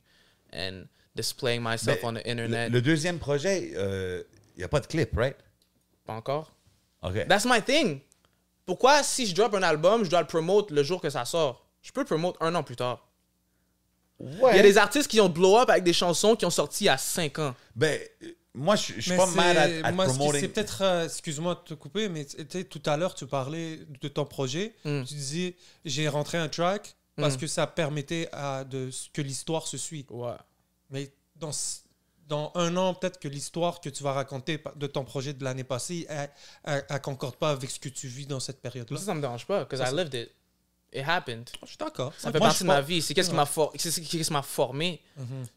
and displaying myself
Mais
on the
Le,
internet.
le deuxième projet, euh, il n'y a pas de clip, right?
Pas encore.
OK.
That's my thing. Pourquoi si je drop un album, je dois le promote le jour que ça sort? Je peux le promote un an plus tard. Il y a des artistes qui ont blow up avec des chansons qui ont sorti il y a 5 ans.
Ben, euh, moi, je je suis
Mais
pas
c'est-
mal à, à
moi, ce qui-
promoting.
C'est peut-être, euh, excuse-moi de te couper, mais tu sais, tout à l'heure, tu parlais de ton projet.
Mm.
Tu disais, j'ai rentré un track parce
Mm.
que ça permettait à, de, que l'histoire se suit.
Ouais.
Mais dans, s- dans un an, peut-être que l'histoire que tu vas raconter pa- de ton projet de l'année passée, elle, elle- elle concorde pas avec ce que tu vis dans cette période-là.
Ça, ça me dérange pas, because I lived it. It happened.
Je Mhm. suis d'accord.
Ça fait
Moi,
partie
je
de ma
pense-
vie. C'est qu'est-ce qui m'a for- c'est- c'est qu'est-ce qui m'a formé.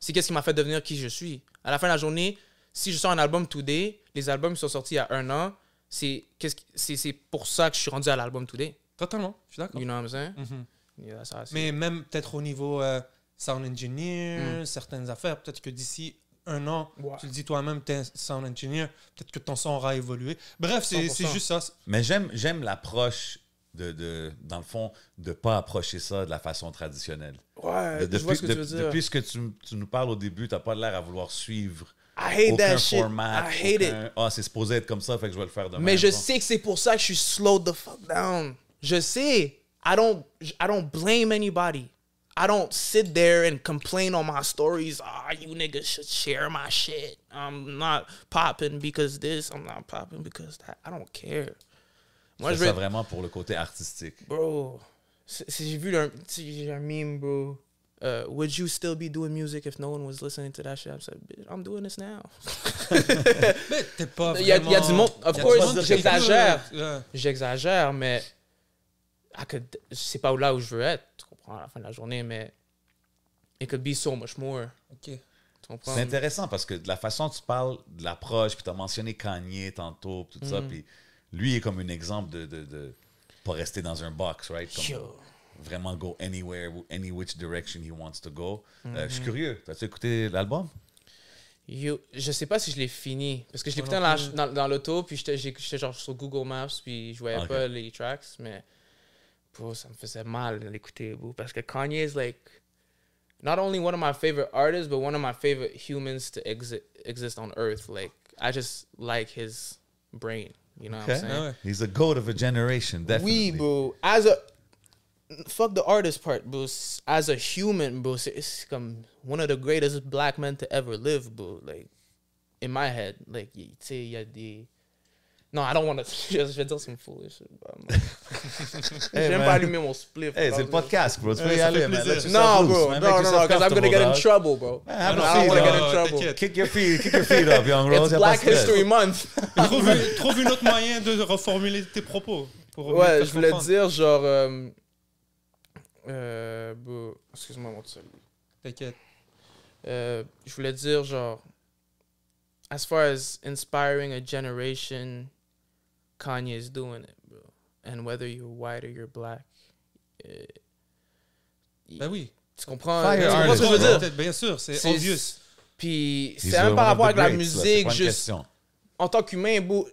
C'est qu'est-ce qui m'a fait devenir qui je suis. À la fin de la journée, si je sors un album Today, les albums qui sont sortis il y a un an, c'est qu'est-ce qui- c'est c'est pour ça que je suis rendu à l'album Today.
Totalement, je suis d'accord.
You know what I'm saying?
Mhm.
Yeah, that's how I see
Mais même peut-être au niveau euh, sound engineer, certaines affaires, peut-être que d'ici un an,
Mm. Ouais.
tu le dis toi-même, tu es sound engineer, peut-être que ton son aura évolué. Bref, c'est
100%.
c'est juste ça.
Mais j'aime, j'aime l'approche, de, de, dans le fond, de pas approcher ça de la façon traditionnelle.
it. Ouais,
De-
je vois
depuis,
ce que tu
de-
veux dire.
depuis ce que tu, tu nous parles au début, t'as pas l'air à vouloir suivre
I hate
aucun
that shit.
format.
I hate it.
aucun- Ah, c'est supposé être comme ça, fait que je vais le faire demain.
Mais je sais que c'est pour ça que je suis slow the fuck down. Je sais. I don't, I don't blame anybody. I don't sit there and complain on my stories. Ah, you niggas should share my shit. I'm not popping because this. I'm not popping because that. I don't care. Moi, je
C'est
vais.
vraiment pour le côté artistique.
Bro, c'est- c'est- j'ai vu un, j'ai un meme, bro. Uh, would you still be doing music if no one was listening to that shit? I said, bitch, I'm doing this now.
Mais t'es pas
Il y a- il y a
vraiment-
du monde-
il
of
y a du
course,
monde qui
j'exagère.
écoute, euh,
j'exagère, mais I could, je sais pas où là où je veux être, tu comprends, à la fin de la journée, mais it could be so much more,
ok.
tu comprends?
C'est intéressant parce que de la façon dont tu parles de l'approche, puis tu as mentionné Kanye tantôt, puis tout ça,
Mm.
puis lui est comme un exemple de, de, de pas rester dans un box, right? Comme
Yo.
Vraiment go anywhere, any which direction he wants to go. Euh, je suis curieux, as-tu écouté l'album?
Yo, je sais pas si je l'ai fini, parce que je l'écoutais dans,
Moi non
la-
plus.
dans, dans l'auto, puis j'étais j'ai- j'étais genre sur Google Maps, puis je voyais
Ok.
pas les tracks, mais bro, ça me faisait mal de l'écouter, bro, parce que Kanye is like not only one of my favorite artists, but one of my favorite humans to exi exist on Earth. Like, I just like his brain, you know what I'm
Okay.
saying?
Ah ouais.
He's a goat of a generation, definitely.
Oui, bro. As a fuck the artist part, bro. S- As a human, bro, c'est- it's comme one of the greatest black men to ever live, bro. Like in my head, like y- tu sais, il y a des non, I don't want to. Je vais dire some foolish shit. but I'm like-
Hey,
J'aime
Eh, man.
pas allumer mon spliff.
Hey,
bro.
c'est le podcast, bro. Tu peux
Ouais,
y
ça
aller,
fait
man.
plaisir.
Let yourself
No,
loose,
bro.
man. Make
No, no, no.
yourself
Because I'm gonna get in
comfortable, dog.
trouble, bro.
Ah,
I
non,
don't
si,
want to get
non,
in trouble.
t'inquiète.
Kick your feet, kick your feet up, young bro.
It's Black History Month.
Trouve, trouve une autre moyen de reformuler tes propos. Pour mieux te
Ouais,
faire
je voulais
comprendre.
dire genre. euh, euh, bro, Excuse-moi mon seul.
T'inquiète.
Euh, je voulais dire genre as far as inspiring a generation Kanye is doing it bro and whether you're white or you're black euh,
Ben oui.
tu comprends
Fire
tu comprends
artist,
ce que je veux
bro.
dire
Bien sûr, c'est
C'est-
obvious.
puis c'est même par rapport avec la musique juste en tant qu'humain bro,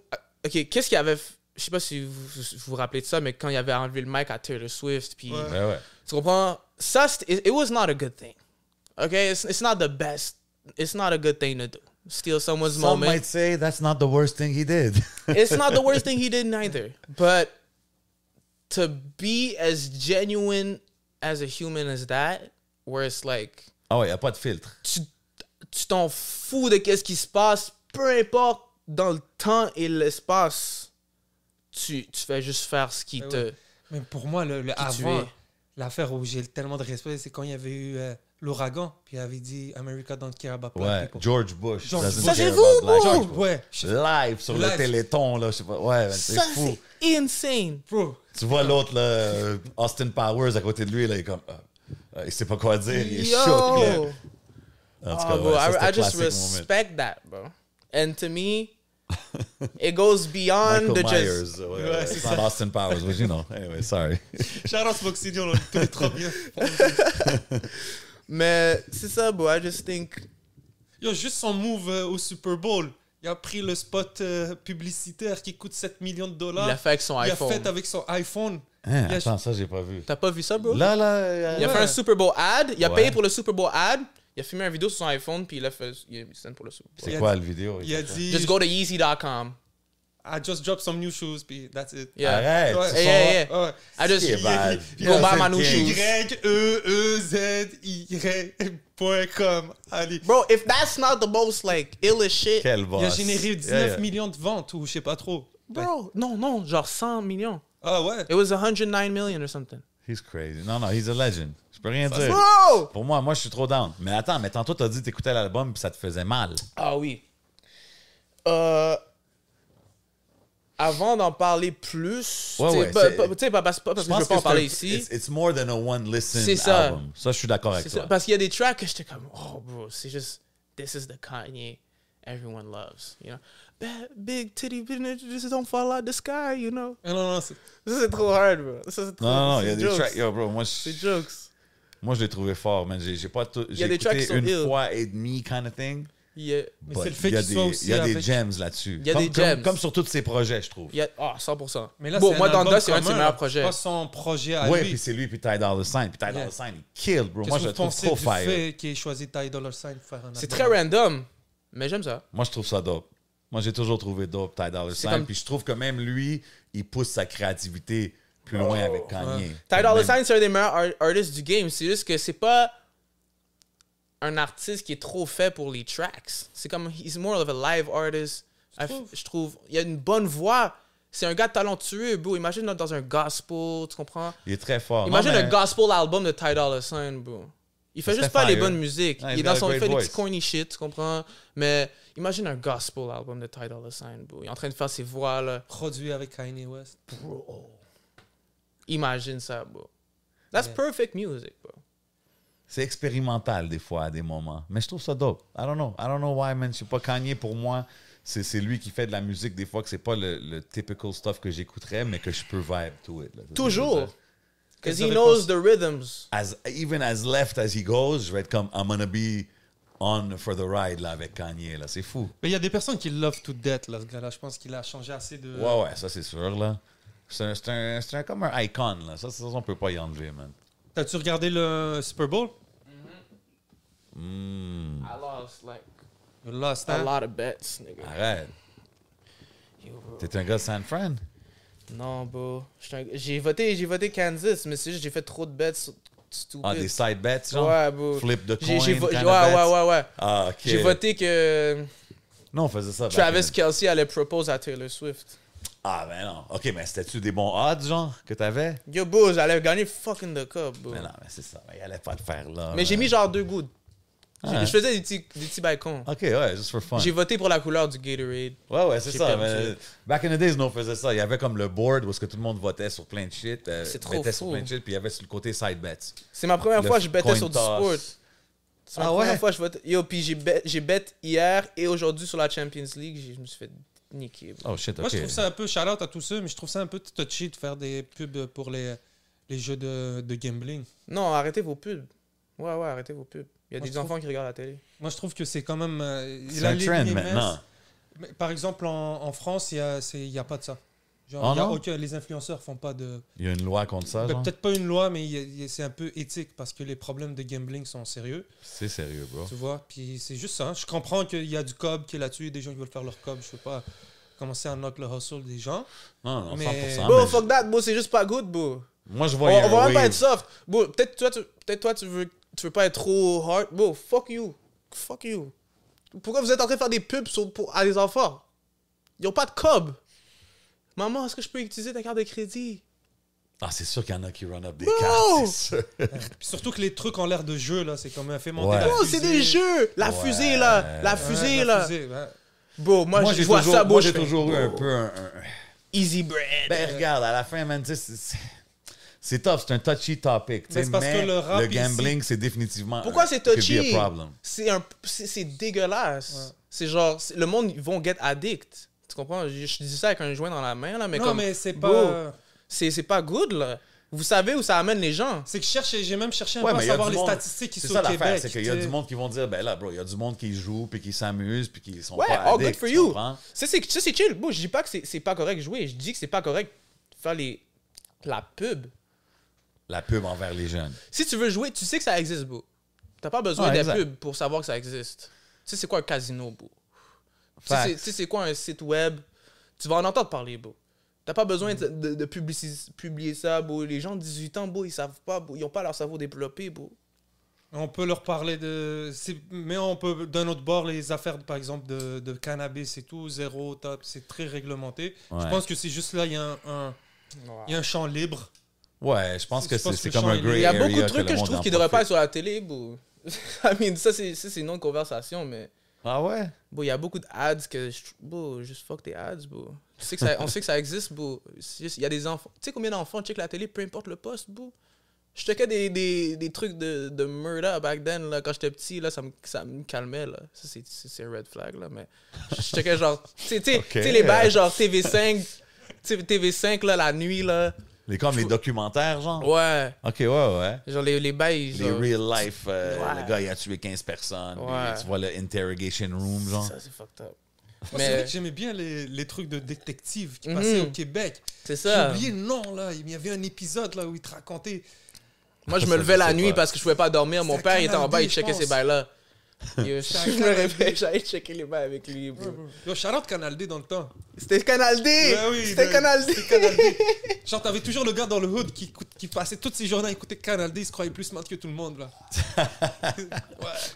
ok qu'est-ce qu'il y avait f- je sais pas si vous vous vous rappelez de ça mais quand il avait enlevé le mic à Taylor Swift puis
Ouais.
Ben Ouais, ouais.
tu comprends ça c'était- it was not a good thing Okay, it's it's not the best. It's not a good thing to do. Steal someone's
Some
moment.
might say that's not the worst thing he did.
it's not the worst thing he did neither. But to be as genuine as a human as that, where it's like
ah ouais, il a pas de filtre.
tu tu t'en fous de qu'est-ce qui se passe, peu importe dans le temps et l'espace, tu tu fais juste faire ce qui
Ben
te.
ouais. Mais pour moi, le, le
Qui tu
avant,
es.
l'affaire où j'ai tellement de respect, c'est quand il y avait eu euh, l'ouragan, puis il avait dit America don't care about black
Ouais,
people.
George Bush.
George
doesn't
Bush.
care
Ça, c'est
about
vous,
black
bro!
people.
Oh, ouais. Je-
Live sur le
Live.
téléthon, là, je sais pas. Ouais, man, c'est
Ça
fou.
c'est insane.
Bro,
Tu vois l'autre, là, euh, Austin Powers à côté de lui, là, il est comme. ah, ah, il sait pas quoi dire, il est
Yo.
choqué. là. En tout
Oh,
cas,
bro,
ouais, ça,
I, I
c'était
just
classic moment.
respect that, bro. And to me, it goes beyond
Michael
the
Myers.
just.
ouais,
Ouais,
ouais,
c'est
it's not Austin Powers, but you know. Anyway, sorry.
Sharon Smoxidion, on le connaît trop bien.
Mais c'est ça, bro. I just think.
Yo, juste son move euh, au Super Bowl. Il a pris le spot euh, publicitaire qui coûte 7 millions de
Il
dollars.
a fait avec son
Il a
iPhone.
fait avec son iPhone.
Hein,
Il a-
attends, ça, j'ai pas vu.
T'as pas vu ça, bro?
Là, là. euh,
il a fait
Ouais.
un Super Bowl ad. Il a
Ouais.
payé pour le Super Bowl ad. Il a filmé une vidéo sur son iPhone, puis il a fait. Il a mis scène pour le Super Bowl.
C'est
il a
quoi
dit-
le vidéo?
Il a dit
Just go to Yeezy.com.
I just dropped some new shoes, puis that's it.
Yeah.
Arrête.
euh, Ouais.
ce
Hey,
sont-
hey, hey.
Ouais.
I just.
C'est bad.
Go buy my
c'est
new
gay.
shoes.
Y E E Z Y point com. Allez.
Bro, if that's not the most, like, illest shit.
Quel boss.
Il a généré 19
Yeah, yeah.
millions de ventes ou je sais pas trop.
Bro, non, non, genre 100 millions.
Ah ouais.
It was 109 million or something.
He's crazy. Non, non, he's a legend. Je peux rien dire.
Bro!
Pour moi, moi, je suis trop down. Mais attends, mais tantôt, t'as dit que t'écoutais l'album puis ça te faisait mal.
Ah oui. Euh, avant d'en parler plus,
Ouais,
tu sais,
ouais,
pas-
c'est-
pas- tu sais, pas, parce- pas parce que je veux pas en
c'est un-
parler ici.
It's, it's more than a one listen
C'est ça.
album. Ça, je suis d'accord avec
c'est ça,
toi.
parce qu'il y a des tracks que j'étais comme, oh bro, c'est juste, this is the Kanye everyone loves, you know. Bad, big titty, business, this don't fall out the sky, you know.
Ah Non, non, c'est-
Ça c'est trop hard, bro. Ça c'est trop.
Non, non, non, il y a
c'est
des
jokes.
tracks. Yo, bro, moi, je,
C'est jokes.
moi, je l'ai trouvé fort, man. J'ai, j'ai pas tout. J'ai
y a des
écouté
tracks qui sont
une
ill.
fois et demie, kind of thing.
Il y a,
Mais c'est
but
le fait
il y a
qu'il
des-
soit aussi
Il y a des
avec-
gems là-dessus.
Il y a
Comme-
des
comme-
gems.
Comme sur tous ses projets, je trouve.
il y a, oh, 100%.
Mais là,
bon,
c'est
moi,
un
dans
album
c'est un de ses
commun,
meilleurs projets.
Pas son projet à
Ouais,
lui.
puis c'est lui, puis Ty Dolla Sign. Puis Ty Dolla
Yeah.
Sign, il kill, bro.
Qu'est-ce
Moi, je
que
le
vous
trouve
pensez
trop
du
fire.
fait qu'il ait choisi Ty Dolla Sign pour faire un
C'est très
album?
random, mais j'aime ça.
Moi, je trouve ça dope. Moi, j'ai toujours trouvé dope Ty Dolla Sign.
comme-
Puis je trouve que même lui, il pousse sa créativité plus loin avec Kanye.
Oh, Ty
Même-
Dolla Sign, c'est un des meilleurs ar- artistes du game. C'est juste que c'est pas un artiste qui est trop fait pour les tracks. C'est comme, he's more of a live artist. I f- Je trouve, il a une bonne voix. C'est un gars talentueux, bro. Imagine dans- dans un gospel, tu comprends?
Il est très fort. Oh, Non,
Imagine
mais-
un gospel album de Ty Dolla Sign, bro. Il fait
Ça
juste
serait
pas les
fire.
bonnes musiques.
Ouais,
il
he's
est
got
dans
a
son, il
great
fait des petits
voice.
corny shit, tu comprends? Mais imagine un gospel album de Ty Dolla Sign, bro. Il est en train de faire ses voix, là.
Produit avec Kanye West.
Imagine ça, bro. That's perfect music, bro.
C'est expérimental des fois à des moments. Mais je trouve ça dope. I don't know. I don't know why, man. Je sais pas, Kanye, pour moi, c'est c'est lui qui fait de la musique des fois que c'est pas le, le typical stuff que j'écouterais, mais que je peux vibe to it. là. C'est ce que je veux
Toujours.
dire.
Because
Quelle
he
est ta
knows the rhythms.
As, even as left as he goes, je vais être comme I'm gonna be on for the ride là, avec Kanye. là. C'est fou.
Mais il y a des personnes qui love to death, là, ce gars-là. Je pense qu'il a changé assez
Euh.
de.
Ouais, ouais, ça c'est sûr. là. C'est un- c'est un- c'est un- comme un icon. Là. Ça, ça, on peut pas y enlever, man.
T'as-tu regardé le Super Bowl?
Mm.
I lost like
Là, c'était.
a lot of bets, nigga.
Arrête.
Yo, bro.
T'es un gars de San Fran?
Non, bro. J'étais un- J'ai voté, j'ai voté Kansas, mais c'est juste que j'ai fait trop de bets sur- stupides.
Ah, des side bets, genre?
Ouais, bro.
Flip de coin,
J'ai- j'ai vo-
kind
Ouais,
of
ouais,
bets?
ouais, ouais.
Ah, ok.
J'ai voté que
Non, on faisait ça. back
Travis
in the-
Kelsey allait propose à Taylor Swift.
Ah, ben non. OK, mais c'était-tu des bons odds, genre, que t'avais?
Yo, bro, j'allais gagner fucking the cup, bro.
Mais non, mais c'est ça. Mais il allait pas le faire, là.
Mais j'ai mis genre deux gouttes. J'ai-
Ah.
Je faisais des petits, des petits bails cons.
OK, Ah, ouais, just for fun.
J'ai voté pour la couleur du Gatorade.
Ouais, ouais, c'est
j'ai
ça.
perdu.
mais back in the days, nous, on faisait ça. Il y avait comme le board où est-ce que tout le monde votait sur plein de shit. euh,
C'est trop
mettait
fou.
sur plein de shit, puis il y avait sur le côté side bets.
C'est ma première
Le
fois que je
coin
bettais sur du
toss.
sport. C'est ma
Ah
première
ouais?
fois que je vote. Yo, puis j'ai bet, j'ai bet hier et aujourd'hui sur la Champions League. j'ai- Je me suis fait niquer. bro.
Oh, shit, OK.
Moi, je trouve ça un peu shout-out à tous ceux, mais je trouve ça un peu touchy de faire des pubs pour les, les jeux de, de gambling.
Non, arrêtez vos pubs. Ouais, ouais, arrêtez vos pubs. Il y a
Moi,
des
je trouve-
enfants qui regardent la télé.
Ah,
Moi, je trouve que c'est quand même. euh, il
C'est
a
un
les
trend
limites.
maintenant.
Mais Par exemple, en, en France, il n'y a, c'est- il y a pas de ça. Genre,
Ah
il y a
non?
aucun- les influenceurs font pas de.
Il y a une loi contre ça,
Ben,
genre?
Peut-être pas une loi, mais il y a- il y a- c'est un peu éthique parce que les problèmes de gambling sont sérieux,
C'est sérieux, bro.
tu vois. Puis c'est juste ça. hein. Je comprends qu'il y a du cob qui est là-dessus, des gens qui veulent faire leur cob, je sais pas, commencer à knock le hustle des gens.
Non, non, 100%.
Mais-
Bro,
mais
fuck that, bro, c'est juste pas good, bro.
Moi, je
On,
vois... il y a
on va
un
même pas
wave.
être soft. Bro, peut-être toi, tu, peut-être toi tu, veux, tu veux pas être trop hard. Bro, fuck you. Fuck you. Pourquoi vous êtes en train de faire des pubs sur- pour, à des enfants Ils ont pas de cob. Maman, est-ce que je peux utiliser ta carte de crédit
Ah, c'est sûr qu'il y en a qui run up des
Bro!
cartes, c'est sûr.
Puis surtout que les trucs en l'air de jeu, là, c'est comme un fait monter
Ouais.
la
Oh,
Bro,
fusée.
Oh, c'est des jeux. La
Ouais.
fusée, là. La
Ouais,
fusée,
la
là.
fusée, ouais.
Bro, moi,
Moi,
je
j'ai
vois
toujours,
ça,
moi,
bro.
j'ai
je fais
toujours eu un peu un... un-
Easy bread.
Ben, regarde, à la fin, man, tu sais, c'est- c'est- c'est tough, c'est un touchy topic, tu sais,
Mais
mais,
c'est parce que le rap
le
ici-
gambling, c'est définitivement...
Pourquoi
un-
c'est
could be
touchy
a problem.
C'est un, c'est c'est dégueulasse.
Ouais.
C'est genre, c'est- le monde ils vont get addict. Tu comprends Je, je dis ça avec un joint dans la main là, mais
non,
comme,
mais c'est
bro,
pas.
c'est c'est pas good là. Vous savez où ça amène les gens
C'est que je cherche, j'ai même cherché un
Ouais,
peu à
mais il y a
savoir
du
les
monde-
statistiques qui
C'est
sont
ça
au
l'affaire,
Québec.
c'est qu'il y a
tu sais.
du monde qui vont dire, ben là, bro, il y a du monde qui joue, puis qui s'amuse, puis qui sont
Ouais,
pas
oh,
addicts,
good for
tu
you.
comprends?
Ça c'est ça, c'est chill. Bon, je dis pas que c'est c'est pas correct de jouer. Je dis que c'est pas correct de faire les la pub.
La pub envers les jeunes.
Si tu veux jouer, tu sais que ça existe, bro. T'as pas besoin
Ouais,
des
exact.
pubs pour savoir que ça existe. Tu sais c'est quoi un casino, bro Tu sais
Facts.
c'est- tu sais c'est quoi un site web Tu vas en entendre parler, bro. T'as pas besoin de, de- de publicis- publier ça, bro. Les gens de 18 ans, bro, ils savent pas, bro. Ils ont pas leur cerveau développé, bro.
On peut leur parler de. c'est- Mais on peut, d'un autre bord, les affaires, par exemple, de, de cannabis et tout, zéro, top, c'est très réglementé. Je
Ouais.
pense que c'est juste là, il y, a un- un- il y a un champ libre.
Ouais, je pense
Je
que
pense
c'est c'est
que
comme
Sean
un
est-
grey
Il y a
area
beaucoup de trucs
le
que je
monde
trouve
en
qui devraient pas
profite.
être sur la télé, bro. I mean, ça, c'est ça, c'est une autre conversation, mais.
Ah ouais?
Bon, il y a beaucoup de ads que je trou- bro, juste fuck tes ads, bro. Tu sais que ça, on sait que ça existe, bro. C'est juste- Il y a des enfants. Tu sais combien d'enfants check la télé, peu importe le poste, bro. Je checkais des, des, des trucs de, de murder back then, là, quand j'étais petit, là, ça me, ça me calmait, là. Ça, c'est- c'est c'est red flag, là, mais je checkais genre, tu sais, tu sais-
Ok.
tu sais, les bails genre TV5, tu sais, TV5, là, la nuit, là.
Les, comme les documentaires, genre?
Ouais,
Ok, ouais, ouais.
genre les, les bails,
Les
genre,
real life, euh,
Ouais.
le gars, il a tué 15 personnes. puis
Ouais.
Tu vois le interrogation room, genre.
ça, c'est fucked up.
Moi, C'est vrai
Mais
que j'aimais bien les, les trucs de détective qui
Mhm.
passaient au Québec.
c'est ça.
J'ai oublié le nom, là. Il y avait un épisode, là, où il te racontait.
Moi, je
Ça,
me
je
levais la
sais
nuit
pas.
parce que je pouvais pas dormir. Mon
C'était
père il était en
Canal
bas,
D,
il checkait
je
ces
pense.
bails-là. Yo,
C'était
Je me
Canal D.
réveillais, j'allais checker les bails avec lui. bro.
Yo, Charlotte Canal D dans le temps.
C'était Canal D!
Ouais, oui,
C'était
ouais,
Canal D!
c'était Canal D. Genre, t'avais toujours le gars dans le hood qui, écoute- qui passait toutes ses journées à écouter Canal D. Il se croyait plus smart que tout le monde, là.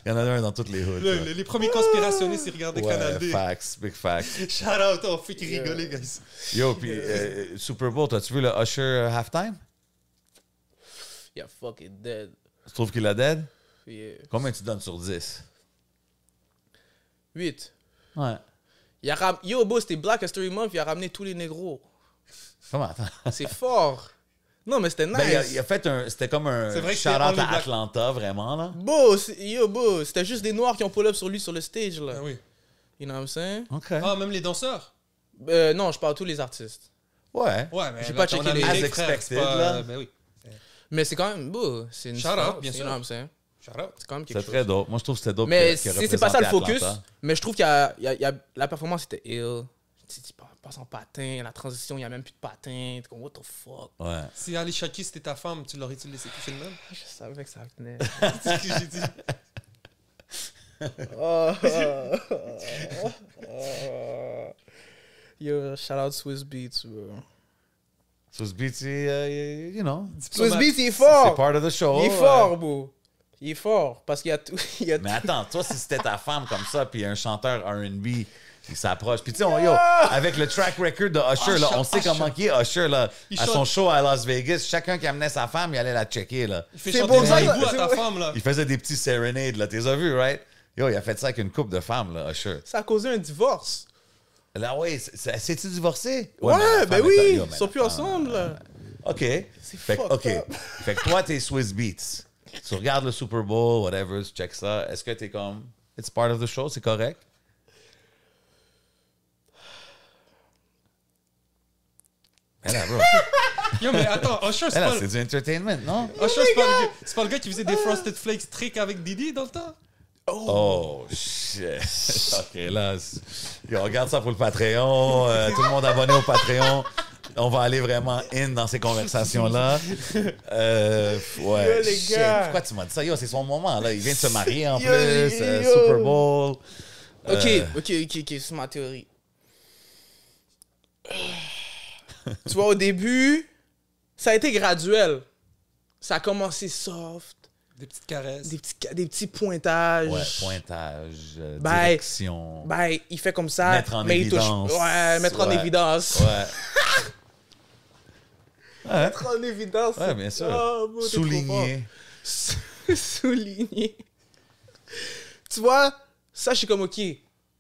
Il y en a un dans toutes les hoods.
Le-
là.
le- les premiers conspirationnistes, ils regardaient Canal
Ouais,
D.
facts, big facts.
Shout out, on fait qui rigolait, guys.
Yo, puis euh, Super Bowl, as-tu vu le Usher euh, halftime?
Yeah, fucking dead.
Tu trouves qu'il a dead?
Yeah.
Combien tu donnes sur 10?
8.
Ouais.
Il a ram... Yo, beau, c'était Black History Month, il a ramené tous les négros.
Comment? Attends.
C'est fort. Non, mais c'était nice.
Ben, il, a, il a fait un. C'était comme un
C'est vrai que
shout-out
c'est only
à
black.
Atlanta, vraiment, là.
Beau, c'est- yo, beau, c'était juste des noirs qui ont pull up sur lui sur le stage, là.
Ah oui.
You know what I'm saying?
OK.
Ah, même les danseurs
Euh, non, je parle à tous les artistes.
Ouais.
Ouais, mais.
J'ai
là,
pas
t'en
checké
as
les-
les
As
mecs, frère,
expected,
c'est pas-
là.
Ben oui.
Mais c'est quand même, beau, c'est une
Shout out,
différence,
bien
you
sûr.
know what I'm saying?
Shout out.
C'est quand même quelque
C'est
chose.
très dope. Moi, je trouve que c'était dope.
Mais
que- que
c'est c'est pas ça le
représentait
focus.
Atlanta.
Mais je trouve qu'il y a, il y a- il y a- la performance était ill. Tu tu passes en patin, la transition, il n'y a même plus de patin. T'es comme, what the fuck?
Ouais.
Si Ali Shaki c'était ta femme, tu l'aurais-tu laissé toucher le même
Ah, Je savais que ça venait.
C'est ce que j'ai dit.
oh, Yo, shout out Swiss Beats, bro.
Swiss Beats, euh, you know.
Swiss
Diplomate.
Beats, il
C'est
est fort!
part of the show.
Il est
ouais.
fort, bro. Il est fort parce qu'il y a tout. Il y a tout.
Mais attends, toi, si c'était ta femme comme ça, puis un chanteur R&B qui s'approche. Puis tu sais, on- yo, avec le track record de Usher, là, on sait comment qui est Usher, là.
Il
à
chante-
son show à Las Vegas, chacun qui amenait sa femme, il allait la checker, là.
Il fait
C'est
chanter
pour
des
ça-
hiboux à
c'est
ta
vrai.
femme, là.
Il faisait des petits serenades, là. T'es vu, right? Yo, il a fait ça avec une couple de femmes, là, Usher.
Ça a causé un divorce.
Là, ouais, c'est- c'est- s'est-tu divorcé?
Ouais,
mais la
ben
femme est-
oui,
yo, mais
ils
la
sont plus
femme-
ensemble. là.
OK. Fait que,
fucked
OK.
up.
fait que toi, t'es Swiss Beats. Tu regardes le Super Bowl, whatever, tu check ça. Est-ce que t'es comme, it's part of the show, c'est correct? Mais là, bro.
Yo, mais attends, Usher,
Mais
c'est
là,
pas.
c'est du entertainment, non?
Usher, c'est Oh,
Oh
pas le- c'est pas le gars qui faisait des Frosted
Ah!
Flakes trick avec Didi dans le temps
Oh, shit. OK, là, c'est- Yo, regarde ça pour le Patreon. Euh, tout le monde abonné au Patreon. On va aller vraiment in dans ces conversations-là. Euh, ouais.
Yo, les
Shit,
gars.
Pourquoi tu m'as dit ça? Yo, c'est son moment, là. Il vient de se marier, en
Yo,
plus. euh,
yo.
Super Bowl.
Ok,
Euh.
ok, ok, ok, c'est ma théorie. tu vois, au début, ça a été graduel. Ça a commencé soft,
Des petites caresses.
des petits, ca- des petits pointages.
Ouais, pointage, euh,
Bye.
direction.
Ben, il fait comme ça.
Mettre en
mais il touche-
évidence.
Ouais, mettre en
Ouais.
évidence.
Ouais. ouais.
Mettre en évidence.
Ouais, bien sûr.
Oh, bro, t'es trop
Souligner.
fort. Souligner. Tu vois, ça, je suis comme, ok,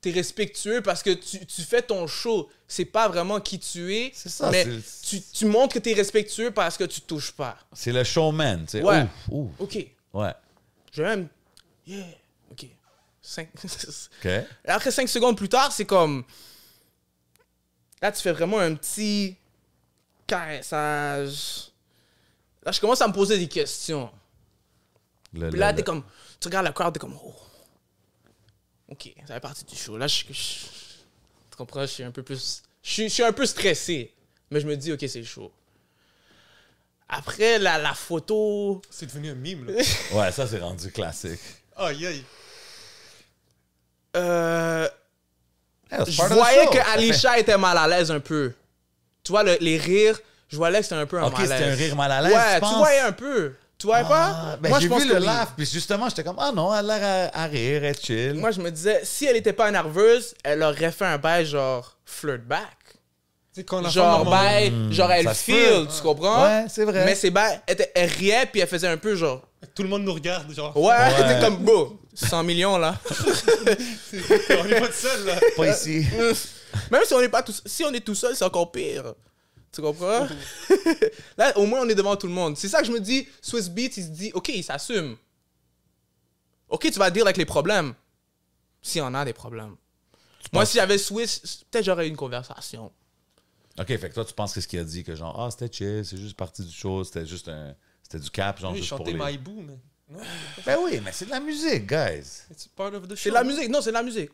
t'es respectueux parce que tu, tu fais ton show. C'est pas vraiment qui tu es.
C'est ça,
Mais
c'est-
tu, tu montres que t'es respectueux parce que tu touches pas.
C'est le showman, tu sais.
Ouais.
Ouf, ouf.
Ok,
Ouais.
je vais même. Yeah, ok. Cinq-
OK.
Après 5 secondes plus tard, c'est comme. Là, tu fais vraiment un petit caressage. Là, je commence à me poser des questions.
Le-
Puis
le-
là,
le-
t'es comme. Tu regardes la crowd, t'es comme. Oh. Ok, ça fait partie du show. Là, je. je- tu comprends, je suis un peu plus. Je suis, je suis un peu stressé. Mais je me dis, ok, c'est chaud. Après, la, la photo.
C'est devenu un mime, là.
Ouais, ça, c'est rendu classique.
Aïe, aïe.
Euh.
Yeah, it's
je
part of the
voyais
show.
que
Ça fait-
Alisha était mal à l'aise un peu. Tu vois, le- les rires, je voyais que c'était un peu un
Ok,
malaise.
c'était un rire mal à l'aise, tu
Ouais, tu
penses?
voyais un peu. Tu voyais
Ah,
pas?
ben,
moi,
j'ai
je pense
vu
que
le
oui.
laugh, puis justement, j'étais comme, ah non, elle a l'air à, à rire, elle est chill.
Moi, je me disais, si elle était pas nerveuse, elle aurait fait un bail genre flirt back.
C'est quand la hein.
Genre
femme,
ben-
normalement,
bail, genre elle
Hmm. ça se
feel,
peut.
tu comprends?
Ouais, c'est vrai.
Mais c'est bail, elle, était- elle riait puis elle faisait un peu genre.
tout le monde nous regarde, genre.
Ouais,
Ouais.
t'es comme bro, 100 millions là.
On est pas de seul, là.
pas ici.
euh, Même si on est pas tout, si on est tout seul, c'est encore pire. Tu comprends?
Mm-hmm.
Là, au moins, on est devant tout le monde. C'est ça que je me dis. Swiss Beats, il se dit, OK, il s'assume. OK, tu vas deal avec les problèmes. S'il y en a des problèmes. Moi, si j'avais Swiss, peut-être j'aurais eu une conversation.
ok, fait que toi, tu penses que ce qu'il a dit, que genre, ah, c'était chill, c'est juste partie du show, c'était juste un. C'était du cap, genre,
Lui, il
juste pour
chantait
les...
My Boo, mais. Non,
Ben oui, mais c'est de la musique, guys.
it's part of the show.
C'est de la musique. Non, c'est de la musique.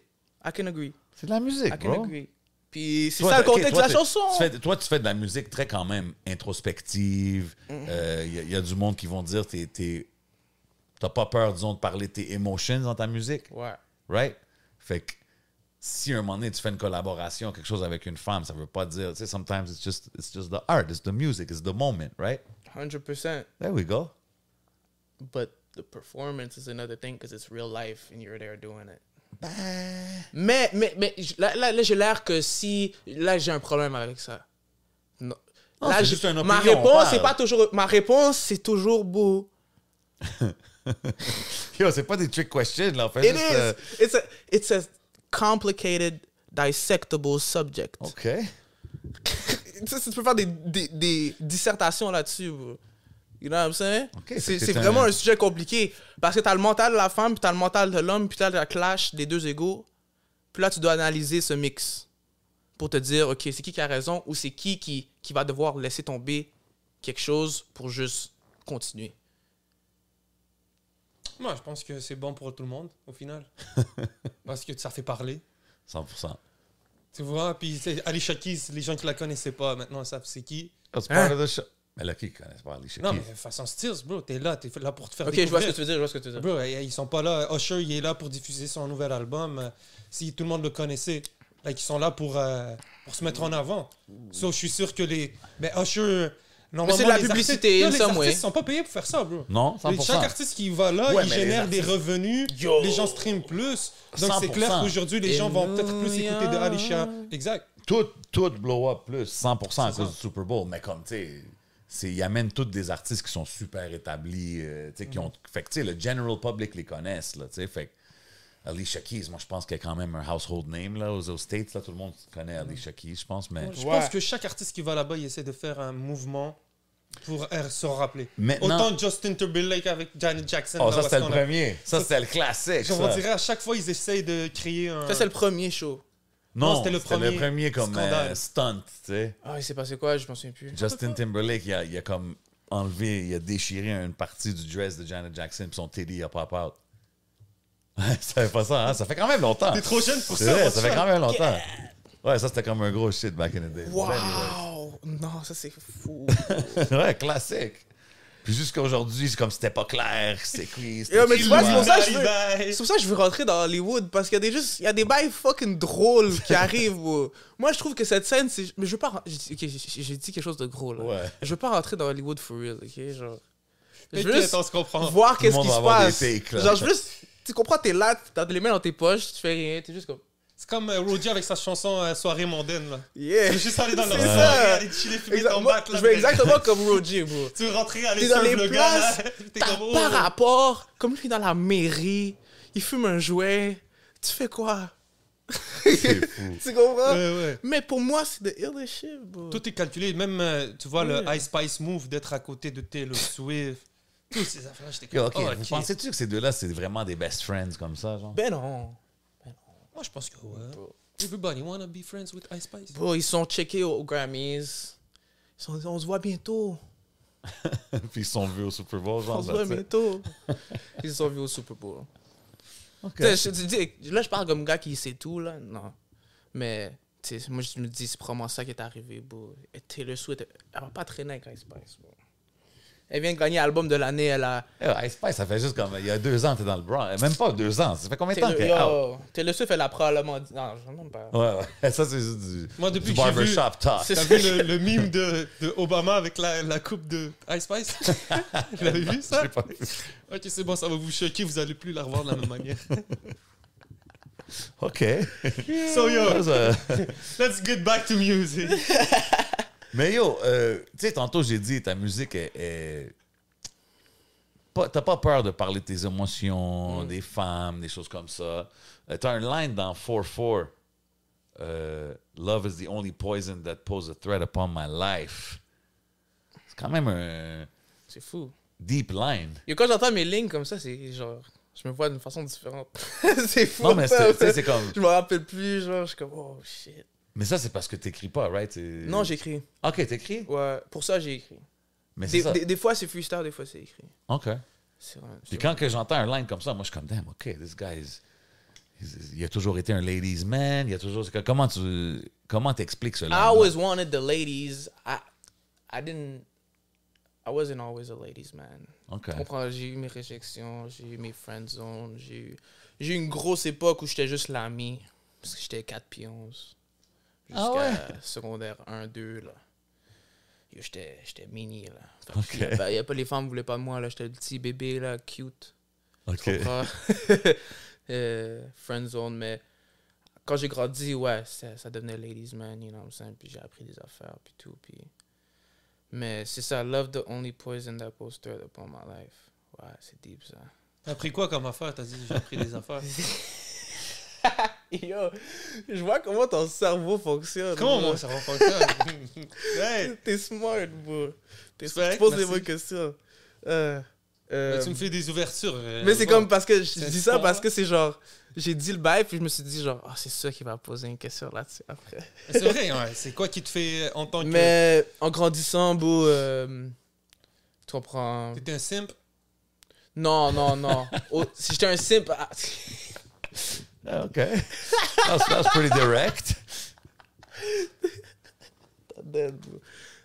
I can agree.
C'est de la musique,
I can
bro.
agree. Puis c'est
Toi,
ça le
t'as- ok,
contexte
toi,
de la
t'es-
chanson.
Tu fais, toi, tu fais de la musique très quand même introspective.
Mm.
Il y, a- y a du monde qui vont dire, t'es- t'es- t'as pas peur, disons, de parler tes emotions dans ta musique.
Ouais.
Right? Fait que si à un moment donné tu fais une collaboration, quelque chose avec une femme, ça veut pas dire, tu sais, sometimes it's just, it's just the art, it's the music, it's the moment, right?
100%.
There we go.
But the performance is another thing because it's real life and you're there doing it.
Ben,
Mais, mais, mais j- là, là, là, j'ai l'air que si. Là, j'ai un problème avec ça. Non.
Non,
Là,
c'est
j'ai-
juste une
ma
opinion, on
réponse, c'est
parle.
pas toujours. Ma réponse, c'est toujours beau.
yo, c'est pas des trick questions, là. On fait
It
juste,
is.
euh,
It's, a, it's a complicated, dissectable subject.
OK.
Tu sais, tu peux faire des, des, des dissertations là-dessus, bro. You know what I'm saying?
Ok, fait
c'est
que
c'est
t'es
vraiment
un-
un sujet compliqué. Parce que t'as le mental de la femme, puis t'as le mental de l'homme, puis t'as la clash des deux égaux. Puis là, tu dois analyser ce mix pour te dire, OK, c'est qui qui a raison ou c'est qui, qui qui va devoir laisser tomber quelque chose pour juste continuer.
Moi, je pense que c'est bon pour tout le monde, au final. Parce que ça fait parler.
100%.
Tu vois, puis tu sais, Alicia Keys, les gens qui la connaissaient pas maintenant ils savent c'est qui.
That's
Hein?
part of the show. Mais là, qui connaissent pas Alicia
Non, mais
Keys?
façon Steels, bro, t'es là, t'es là pour te faire
OK, je vois ce que
découvrir.
tu veux dire, je vois ce que tu veux dire.
Bro, eh, ils sont pas là. Usher, il est là pour diffuser son nouvel album. Euh, Si tout le monde le connaissait, like, ils sont là pour, euh, pour se mettre en avant. So, je suis sûr que les. Mais Usher, normalement.
c'est de la
les artistes-
publicité,
Yo,
in
les
some
artistes
way.
sont pas payés pour faire ça, bro.
Non,
Les- Chaque
100%.
artiste qui va là,
Ouais,
il
mais les
génère des
artistes-
revenus,
Yo.
les gens streament plus. Donc c'est
100%.
clair qu'aujourd'hui, les gens vont peut-être plus écouter de Alicia. Exact.
Tout, tout blow up plus, 100% à
C'est
cause
ça.
du Super Bowl. Mais comme, tu sais, c'est- ils amènent tous des artistes qui sont super établis, euh, tu sais, qui ont... Fait que, tu sais, le general public les connaissent, là, tu sais, fait que... Alicia Keys, moi je pense qu'elle est quand même un household name là, aux, aux States. Là, tout le monde connaît Alicia Keys, je pense. Mais
Je
Ouais.
pense que chaque artiste qui va là-bas, il essaie de faire un mouvement pour euh, se rappeler.
Maintenant-
Autant Justin Timberlake avec Janet Jackson.
Oh,
là,
ça,
où
c'était le
est-ce qu'on a-
premier. Ça, c'était le classique.
Genre, on
ça.
dirait à chaque fois, ils essayent de créer un.
Ça, c'est le premier show.
Non,
Non,
c'était le premier. comme
Scandale.
euh, stunt, tu sais.
Ah, il s'est passé quoi? Je m'en souviens plus.
Justin Timberlake, il a, il a comme enlevé, il a déchiré une partie du dress de Janet Jackson, puis son teddy a pop out. Ouais, ça fait pas ça, hein? Ça fait quand même longtemps.
T'es trop jeune pour
C'est
ça.
vrai,
mon
ça fait
chat.
quand même longtemps. Ouais, ça, c'était comme un gros shit back in the day.
Wow! Non, ça c'est fou.
ouais, classique. Puis jusqu'à aujourd'hui, c'est comme c'était pas clair, c'est qui, c'était
Yo, mais tu
qui,
vois, c'est
ouais.
pour ça que je veux,
Bye bye.
c'est pour ça que je veux rentrer dans Hollywood parce qu'il y a des juste, il y a des bails fucking drôles qui arrivent. bro. Moi, je trouve que cette scène, c'est, mais je veux pas, ren- je- ok, j'ai j'ai dit quelque chose de gros là.
Ouais.
Je veux pas rentrer dans Hollywood for real, ok, genre. Je veux
T'inquiète,
juste
on se comprend.
voir qu'est-ce
monde
qui
va
se
avoir des
passe.
takes, là.
genre, je veux juste, tu comprends, t'es là, t'as les mains dans tes poches, tu fais rien, t'es juste comme,
C'est comme euh, Rudy avec sa chanson euh, Soirée mondaine. Là.
yeah.
Tu veux juste aller dans la
C'est
rue,
ça.
aller chiller, fumer ton
Exactement-
bac. là,
je veux
mais-
exactement comme Roger, bro.
Tu veux rentrer, aller
T'es dans
suivre
les
le gars. là.
places,
T'es
T'as
comme, oh.
pas rapport. Comme lui dans la mairie, il fume un jouet. Tu fais quoi?
C'est fou.
Tu comprends?
Ouais, ouais.
Mais pour moi, c'est de ill shit, bro.
Tout est calculé, même euh, tu vois le
Ouais.
Ice Spice Move d'être à côté de Taylor Swift. Tous ces affaires, j'étais comme.
Yo, ok,
oh,
vous
ok.
pensez-tu que ces deux-là, c'est vraiment des best friends comme ça, genre?
Ben non.
Moi, je pense que ouais. Everybody wanna be friends with Ice Spice.
Bro, ils sont checkés aux Grammys. Ils sont dit, on se voit bientôt.
Puis ils sont vus au Super Bowl,
On
genre.
se
là,
voit
tu sais.
bientôt. Ils se sont vus au Super Bowl.
Ok.
Tu sais, Je, te dis, là, je parle comme gars qui sait tout, là. Non. Mais, tu sais, moi, je me dis, c'est probablement ça qui est arrivé, bro. Et Taylor Swift, elle va pas traîner avec Ice Spice, bro. Elle vient de gagner album de l'année, elle a.
Yo, Eh, Ice Spice, ça fait juste comme. Il y a deux ans, t'es dans le Bronx. Même pas deux ans. Ça fait combien de temps que
Taylor,
t'es out?
yo, Taylor Swift, elle a probablement dit. Non, je ne pas.
Ouais, ouais. Ça, c'est juste du,
Moi, depuis
du
que j'ai vu-
barbershop talk.
C'est-
T'as vu le, le mime de, de Obama avec la, la coupe de Ice Spice Vous l'avez vu ça
J'ai pas-
Ok, c'est bon, ça va vous choquer, vous allez plus la revoir de la même manière.
OK.
So yo,
Ça, ça-
let's get back to music.
Mais yo, euh, tu sais, tantôt, j'ai dit, ta musique est. est- pas- T'as pas peur de parler de tes
Mm.
émotions, des femmes, des choses comme ça. Euh, T'as un line dans 4-4. euh, Love is the only poison that poses a threat upon my life. C'est quand même un
C'est fou.
deep line.
Et quand j'entends mes lignes comme ça, c'est genre. Je me vois d'une façon différente. c'est fou.
Non, mais
ça,
c'est- tu sais, c'est comme.
Je me rappelle plus, genre, je suis comme, oh shit.
Mais ça, c'est parce que t'écris pas, right? C'est-
Non, j'écris.
Ok, t'écris?
Ouais, pour ça, j'ai écrit.
Mais c'est
Des,
ça.
des- des fois, c'est freestyle, des fois, c'est écrit.
OK.
C'est vrai.
Puis quand que j'entends un line comme ça, moi, je suis comme, damn, OK, this guy is- is- Il a toujours été un ladies man. Il a toujours. c'est que Comment tu. Comment t'expliques ce line?
I always wanted the ladies. I, I didn't. I wasn't always a ladies man.
OK.
Tu comprends? J'ai eu mes réjections, j'ai eu mes friend zones, j'ai eu, j'ai eu une grosse époque où j'étais juste l'ami, parce que j'étais 4 pieds 11. Jusqu'à
Ah ouais?
secondaire 1, 2, là. Yo, j'étais, j'étais mini, là. Fait que
Ok.
y a pas- y a pas les femmes voulaient pas de moi, là. J'étais le petit bébé, là, cute.
OK.
Tu comprends? euh, friend zone, mais quand j'ai grandi, ouais, ça, ça devenait ladies man, you know what I'm saying? Puis j'ai appris des affaires, puis tout, puis... Mais c'est ça, love the only poison that poses threat upon my life. Ouais, c'est deep, ça.
T'as pris quoi comme affaire T'as dit, j'ai pris des affaires.
Yo, je vois comment ton cerveau fonctionne.
Comment
bro.
mon cerveau fonctionne Hey,
T'es smart, bro. T'es
Respect,
tu poses des
merci.
bonnes questions. Euh, euh,
tu me fais des ouvertures. euh,
Mais c'est
bon.
comme parce que je
C'est
dis ça
fort,
parce
hein.
que c'est genre j'ai dit le bail puis je me suis dit genre Ah, c'est ça qui va poser une question là-dessus après.
C'est vrai, hein, ouais, c'est quoi qui te fait euh, en tant que.
Mais en grandissant, beau, euh, tu comprends.
T'étais un simp
Non, non, non. Oh, si j'étais un simp, ah,
Ah, OK. That's, that's pretty direct.
Dead, bro.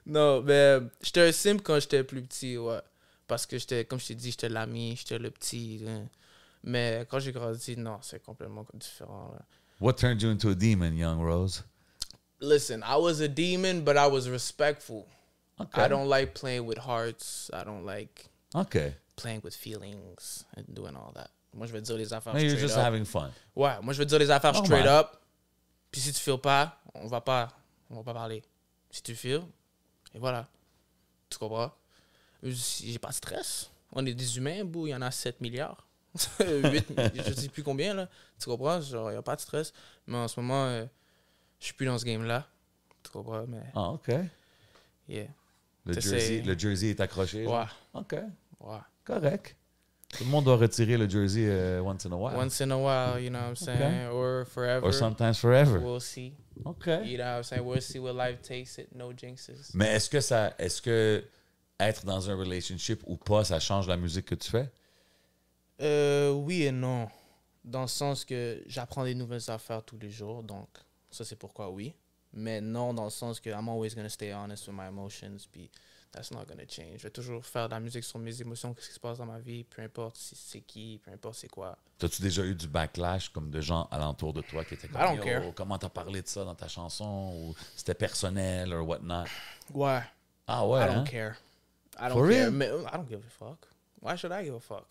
Non, mais j'étais un simp quand j'étais plus petit, ouais. Parce que j'étais, comme je t'ai dit, j'étais l'ami, j'étais le petit. hein. Mais quand j'ai grandi, non, c'est complètement différent. là.
What turned you into a demon, young Rose?
Listen, I was a demon, but I was respectful.
Okay.
I don't like playing with hearts. I don't like
OK.
playing with feelings and doing all that. Moi, je vais dire les affaires
Mais you're
straight
just
up.
having fun.
Ouais, moi, je vais dire les affaires
Normal.
straight up. Puis si tu feels pas, on va pas, on va pas parler. Si tu feels, et voilà. Tu comprends? Si- J'ai pas de stress. On est des humains, bou, il y en a 7 milliards. 8, je sais plus combien, là. Tu comprends? Genre, il a pas de stress. Mais en ce moment, euh, je suis plus dans ce game-là. Tu comprends? Mais,
Ah, OK. Le
yeah. Ça,
jersey,
c'est-
le jersey est accroché.
Ouais,
genre? OK.
ouais.
Correct. Tout le monde doit retirer le jersey euh, once in a while.
Once in a while, you know what I'm saying? Or forever.
Or sometimes forever.
We'll see.
OK.
You know what I'm saying? We'll see where life takes it. No jinxes.
Mais est-ce que ça, est-ce que être dans un relationship ou pas, ça change la musique que tu fais?
Euh, oui et non. Dans le sens que j'apprends des nouvelles affaires tous les jours, donc ça c'est pourquoi oui. Mais non, dans le sens que I'm always gonna stay honest with my emotions, puis that's not gonna change. Je vais toujours faire de la musique sur mes émotions, qu'est-ce qui se passe dans ma vie, peu importe si c'est qui, peu importe c'est quoi.
T'as-tu déjà eu du backlash comme de gens alentour de toi qui étaient comme
I don't
Yo,
care.
comment t'as parlé de ça dans ta chanson ou c'était personnel ou whatnot?
Ouais.
Ah ouais,
I don't
hein?
care. I don't
For
care.
real?
Mais, oh, I don't give a fuck. Why should I give a fuck?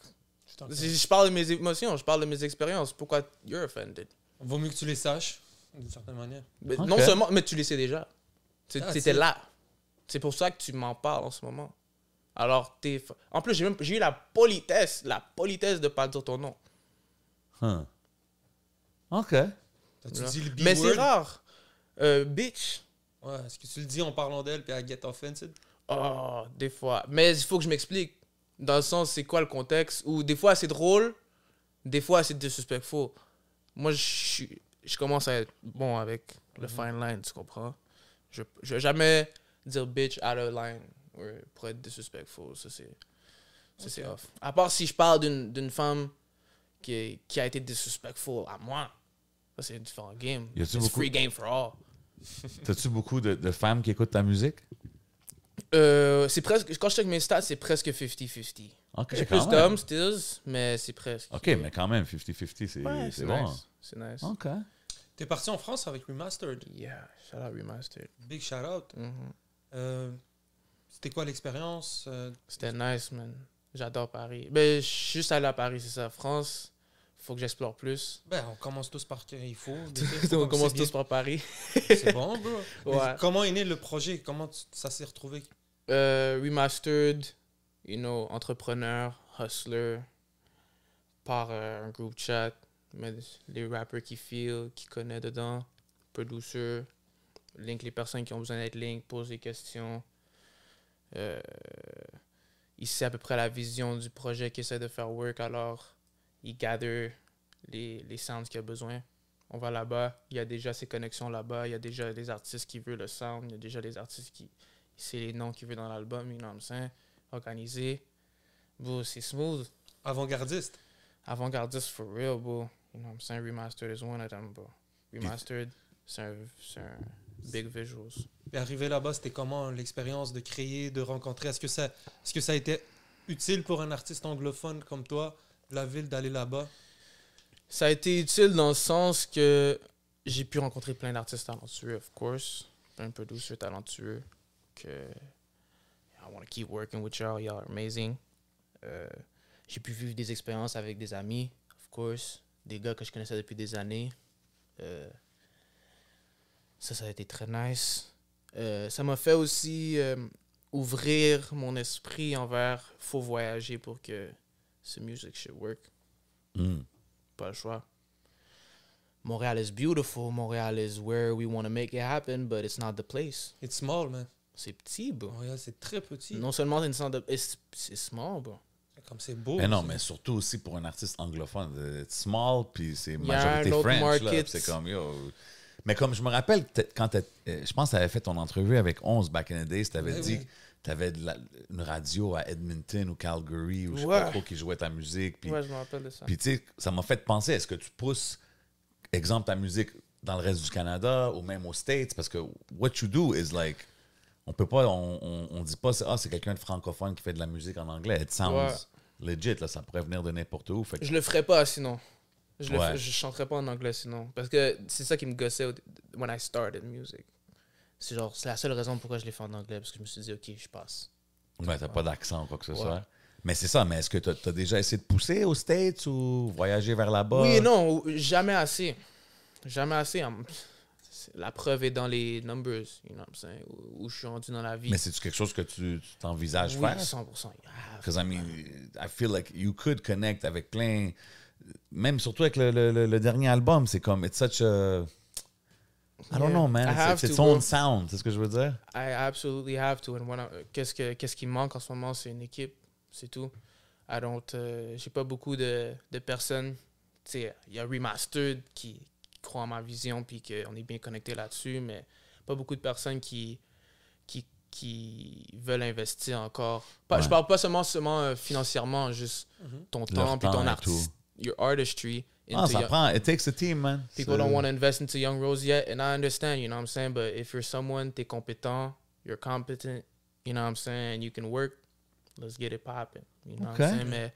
Je t'en-
Si je parle de mes émotions, je parle de mes expériences. Pourquoi you're offended?
Vaut mieux que tu les saches, d'une certaine manière.
Mais
Ok.
Non seulement, mais tu le sais déjà. Tu
Ah,
étais
c'est-
là. C'est pour ça que tu m'en parles en ce moment. Alors, t'es. fa- En plus, j'ai même- j'ai eu la politesse, la politesse de pas dire ton nom.
Huh. OK.
T'as-tu
Là.
dit le
Mais c'est
B-word?
rare. Euh, bitch.
Ouais, est-ce que tu le dis en parlant d'elle puis à get offended?
Oh, des fois. Mais il faut que je m'explique. Dans le sens, c'est quoi le contexte Ou des fois, c'est drôle. Des fois, c'est disrespectful. Moi, je, suis- je commence à être bon avec le fine line, tu comprends Je je vais jamais dire bitch out of line ouais, pour être disrespectful. Ça, c'est ça, c'est off. À part si je parle d'une d'une femme qui, est- qui a été disrespectful à moi. Ça, c'est différent game.
Y a-t-il
C'est
beaucoup-
free game for all.
T'as-tu beaucoup de, de femmes qui écoutent ta musique?
Euh, c'est presque quand je check mes stats, c'est presque 50-50.
OK,
J'ai
quand
plus
même.
d'hommes, stills, mais c'est presque.
OK, mais quand même, 50-50, c'est
Ouais,
c'est bon. hein.
nice. C'est nice.
OK.
T'es parti en France avec Remastered.
Yeah, shout out Remastered.
Big shout out.
Mhm.
Euh, C'était quoi l'expérience? Euh,
C'était nice, man. J'adore Paris. Ben, je suis juste allé à Paris, c'est ça. France, faut que j'explore plus.
ben, on commence tous par il faut.
On commence
C'est bien-
tous par Paris.
C'est bon, bro. Mais
Ouais.
Comment est né le projet? Comment tu- ça s'est retrouvé?
Euh, remastered, you know, entrepreneur, hustler, par euh, un groupe chat, mais les rappers qui feel, qui connaissent dedans, producer, link les personnes qui ont besoin d'être link, pose des questions. Euh, il sait à peu près la vision du projet qu'il essaie de faire work, alors il gather les, les sounds qu'il a besoin. On va là-bas, il y a déjà ses connexions là-bas, il y a déjà des artistes qui veulent le sound, il y a déjà des artistes qui, c'est les noms qu'il veut dans l'album, you know what I'm saying? Organisé. Bro, c'est smooth.
Avant-gardiste.
Avant-gardiste for real, bro. You know what I'm saying? Remastered is one of them, bro. Remastered, c'est un, c'est un big visuals.
Puis arrivé là-bas, c'était comment l'expérience de créer, de rencontrer? Est-ce que, ça, est que ça a été utile pour un artiste anglophone comme toi, de la ville, d'aller là-bas?
Ça a été utile dans le sens que j'ai pu rencontrer plein d'artistes talentueux, of course. Plein de producers talentueux. Que I want to keep working with y'all. Y'all are amazing. Euh, j'ai pu vivre des expériences avec des amis, of course, des gars que je connaissais depuis des années. Euh, ça, ça a été très nice. Euh, ça m'a fait aussi euh, ouvrir mon esprit envers faut voyager pour que ce music shit work.
Hmm.
Pas le choix. Montréal is beautiful. Montréal is where we want to make it happen, but it's not the place.
It's small, man.
C'est petit, bro.
Montréal, c'est très petit.
Non seulement c'est une sorte de. it's- C'est small, bro.
Comme c'est beau.
Mais non,
c'est-
mais surtout aussi pour un artiste anglophone, euh, it's small, puis c'est
y a un
majorité
autre
French. là,
market.
puis c'est comme, yo. Mais comme je me rappelle, t'es- quand t'as- euh, je pense que tu avais fait ton entrevue avec 11 back in the days, tu avais
Mais
dit
oui.
que tu avais une radio à Edmonton ou Calgary ou je sais pas
Ouais.
trop qui jouait ta musique. Puis
Ouais, je me rappelle de ça.
puis, tu sais, ça m'a fait penser, est-ce que tu pousses, exemple, ta musique dans le reste du Canada ou même aux States? Parce que what you do is like, on peut pas, on, on, on dit pas, c'est- ah, c'est quelqu'un de francophone qui fait de la musique en anglais. It sounds legit, là, ça pourrait venir de n'importe où. Fait que-
Je le ferais pas sinon. Je, le
Ouais.
f- je chanterais pas en anglais sinon. Parce que c'est ça qui me gossait au- when I started music. C'est genre, c'est la seule raison pourquoi je l'ai fait en anglais. Parce que je me suis dit, ok, je passe.
ouais, t'as pas d'accent ou quoi que ce
Ouais.
soit. Mais c'est ça, mais est-ce que t'as as déjà essayé de pousser aux States ou voyager vers là-bas?
Oui et non, jamais assez. Jamais assez. Hum, c'est- La preuve est dans les numbers, you know what I'm saying, où, où je suis rendu dans la vie.
Mais c'est-tu quelque chose que tu tu t'envisages
oui,
faire?
100%. Ah,
Because I mean, I feel like you could connect avec plein. Même surtout avec le, le- le- le dernier album, c'est comme it's such a. I don't
Yeah.
know,
I
man.
have
It's, it's
to,
own
bro.
sound, c'est ce que je veux dire.
I absolutely have to. And when I- qu'est-ce que qu'est-ce qui me manque en ce moment, c'est une équipe, c'est tout. I don't, euh, j'ai pas beaucoup de, de personnes. Tu sais, il y a Remastered qui, qui croit en ma vision puis qu'on est bien connecté là-dessus, mais pas beaucoup de personnes qui qui, qui veulent investir encore. Pas-
Ouais.
Je parle pas seulement seulement euh, financièrement, juste
Mhm.
ton
Leur
temps puis
temps
ton
et
artiste, your artistry into
Ah, ça
your-
prend. It takes a team, man.
People
C'est-
don't want to invest into Young Rose yet, and I understand, you know what I'm saying? But if you're someone, t'es compétent, you're competent, you know what I'm saying? You can work, let's get it popping, you know what
Okay.
I'm saying? Mais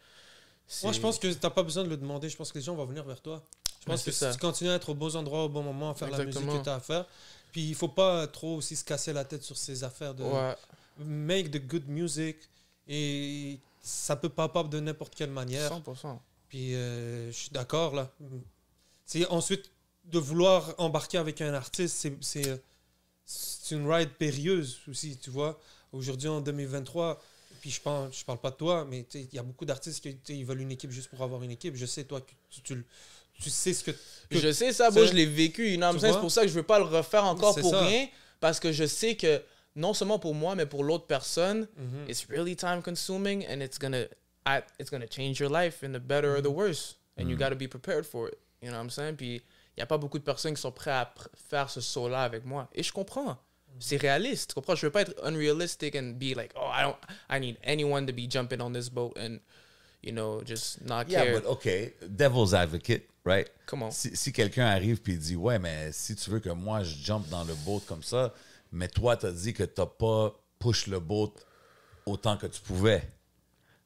Moi, je
c'est-
pense que t'as pas besoin de le demander. Je pense que les gens vont venir vers toi. Je
Mais
pense que
c'est
si
ça.
tu continues à être au bon endroit, au bon moment, à faire la
Exactement.
musique que t'as à faire, puis il faut pas trop aussi se casser la tête sur ces affaires de
Ouais,
make the good music et ça peut pas pop de n'importe quelle manière.
100%.
Puis euh, je suis d'accord là. C'est ensuite de vouloir embarquer avec un artiste, c'est- c'est euh, c'est une ride périlleuse aussi, tu vois. Aujourd'hui en 2023, puis je pense, je parle pas de toi, mais tu sais, il y a beaucoup d'artistes qui tu sais, ils veulent une équipe juste pour avoir une équipe. Je sais toi, tu, tu- tu le- tu sais ce que Que-
Je sais ça,
c'est-
bon, je l'ai vécu, you know what I'm
Tu
saying?
vois?
C'est pour ça que je veux pas le refaire encore
C'est
pour
ça.
rien, parce que je sais que non seulement pour moi, mais pour l'autre personne,
Mhm.
it's really time consuming and it's gonna I, it's gonna change your life in the better
Mhm.
or the worse and you gotta be prepared for it you know what I'm saying puis il y a pas beaucoup de personnes qui sont prêtes à pr- faire ce saut là avec moi et je comprends
Mhm.
c'est réaliste tu comprends je veux pas être unrealistic and be like oh I don't I need anyone to be jumping on this boat and you know just not
Yeah,
care
but okay, devil's advocate, right?
Come on.
Si, si quelqu'un arrive puis dit ouais, mais si tu veux que moi je jump dans le boat comme ça, mais toi t'as dit que t'as pas push le boat autant que tu pouvais.